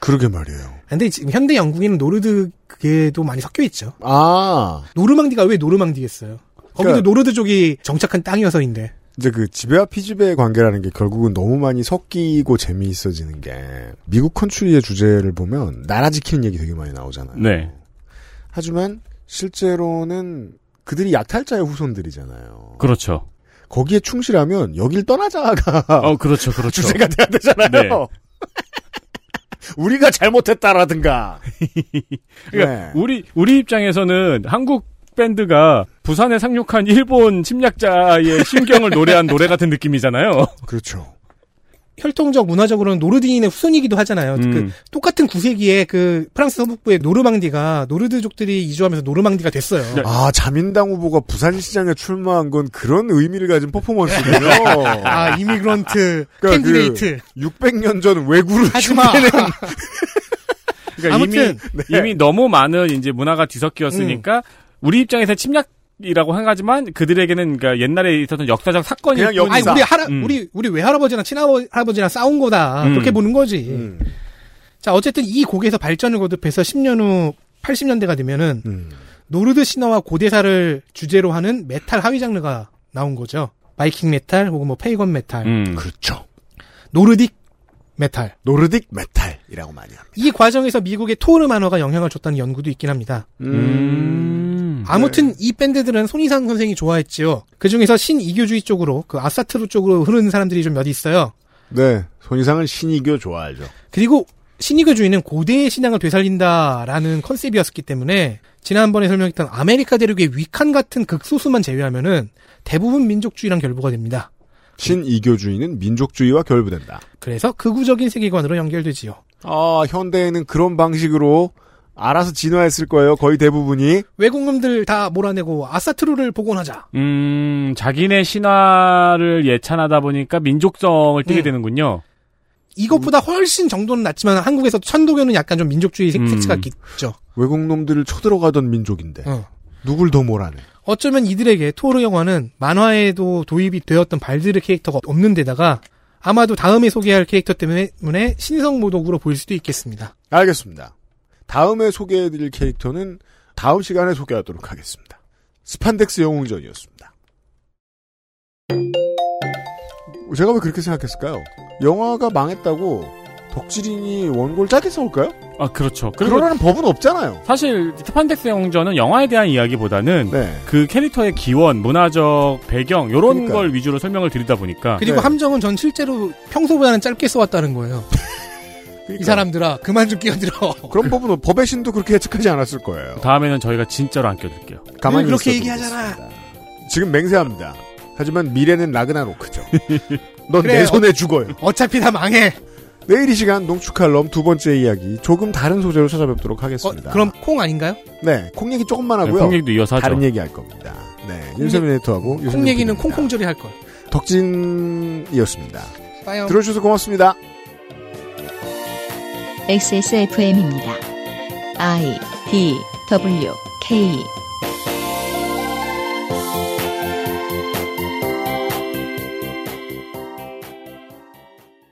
그러게 말이에요. 근데 지금 현대 영국에는 노르드 그게도 많이 섞여 있죠. 아. 노르망디가 왜 노르망디겠어요? 거기도 그러니까- 노르드 쪽이 정착한 땅이어서인데. 이제 그 지배와 피지배의 관계라는 게 결국은 너무 많이 섞이고 재미있어지는 게 미국 컨츄리의 주제를 보면 나라 지키는 얘기 되게 많이 나오잖아요. 네. 하지만 실제로는 그들이 약탈자의 후손들이잖아요. 그렇죠. 거기에 충실하면 여길 떠나자가 어, 그렇죠, 그렇죠. 아. 주제가 돼야 네. 되잖아요. 우리가 잘못했다라든가. 네. 그러니까 우리 우리 입장에서는 한국 밴드가 부산에 상륙한 일본 침략자의 심경을 노래한 노래 같은 느낌이잖아요. 그렇죠. 혈통적 문화적으로는 노르드인의 후손이기도 하잖아요. 음. 그 똑같은 9세기에 그 프랑스 서북부의 노르망디가 노르드족들이 이주하면서 노르망디가 됐어요. 아 자민당 후보가 부산시장에 출마한 건 그런 의미를 가진 퍼포먼스군요. 아, 이미그런트 캔디데이트. 600년 전 외구를 아, 하지마. 흉내내는 그러니까 아무튼, 이미 이미 너무 많은 이제 문화가 음. 뒤섞였으니까 우리 입장에서 침략 이라고 하지만 그들에게는 그러니까 옛날에 있었던 역사적 사건이 아니, 우리 할아, 우리 우리 외할아버지랑 친할아버지랑 싸운 거다. 음. 그렇게 보는 거지. 자, 어쨌든 이 곡에서 발전을 거듭해서 10년 후 80년대가 되면은 음. 노르드 신화와 고대사를 주제로 하는 메탈 하위 장르가 나온 거죠. 음. 바이킹 메탈 혹은 뭐 페이건 메탈. 그렇죠. 노르딕 메탈. 노르딕 메탈. 이라고 많이 합니다. 이 과정에서 미국의 토르 만화가 영향을 줬다는 연구도 있긴 합니다. 음. 아무튼 이 밴드들은 손이상 선생이 좋아했지요. 그 중에서 신이교주의 쪽으로 그 아사트루 쪽으로 흐르는 사람들이 좀 몇 있어요. 네, 손이상은 신이교 좋아하죠. 그리고 신이교주의는 고대의 신앙을 되살린다라는 컨셉이었기 때문에 지난번에 설명했던 아메리카 대륙의 위칸 같은 극소수만 제외하면은 대부분 민족주의랑 결부가 됩니다. 신이교주의는 민족주의와 결부된다. 그래서 극우적인 세계관으로 연결되지요. 아, 현대에는 그런 방식으로 알아서 진화했을 거예요. 거의 대부분이. 외국놈들 다 몰아내고 아사트루를 복원하자. 음, 자기네 신화를 예찬하다 보니까 민족성을 띠게 음. 되는군요. 이것보다 훨씬 정도는 낮지만 한국에서 천도교는 약간 좀 민족주의 색- 음. 색채가 있죠. 외국 놈들을 쳐들어가던 민족인데 누굴 더 몰아내? 어쩌면 이들에게 토르 영화는 만화에도 도입이 되었던 발드르 캐릭터가 없는 데다가 아마도 다음에 소개할 캐릭터 때문에 때문에 신성 모독으로 보일 수도 있겠습니다. 알겠습니다. 다음에 소개해드릴 캐릭터는 다음 시간에 소개하도록 하겠습니다. 스판덱스 영웅전이었습니다. 제가 왜 그렇게 생각했을까요? 영화가 망했다고 덕질인이 원고를 짜게 써올까요? 아, 그렇죠. 그리고 그러라는 법은 없잖아요. 사실 스판덱스 영웅전은 영화에 대한 이야기보다는 네. 그 캐릭터의 기원, 문화적 배경 이런 네. 그러니까요. 걸 위주로 설명을 드리다 보니까 그리고 함정은 전 실제로 평소보다는 짧게 써왔다는 거예요. 이 사람들아 그만 좀 끼어들어. 그러니까 그런 법은 없- 법의 신도 그렇게 예측하지 않았을 거예요. 다음에는 저희가 진짜로 안 껴드릴게요. 가만히 그렇게 있어도 얘기하잖아. 그렇습니다. 지금 맹세합니다. 하지만 미래는 라그나로크죠. 넌 내 그래, 손에 죽어요. 어차피 다 망해. 내일 이 시간 농축칼럼 두 번째 이야기 조금 다른 소재로 찾아뵙도록 하겠습니다. 어, 그럼 콩 아닌가요? 네, 콩 얘기 조금만 하고요. 네, 콩 얘기도 이어서 하죠. 다른 얘기 할 겁니다. 네, 윤세민 에디터하고 콩 유승민 얘기는 콩콩절이 할 걸. PD, 덕진이었습니다. 빠요. 들어주셔서 고맙습니다. XSFM입니다. I D W K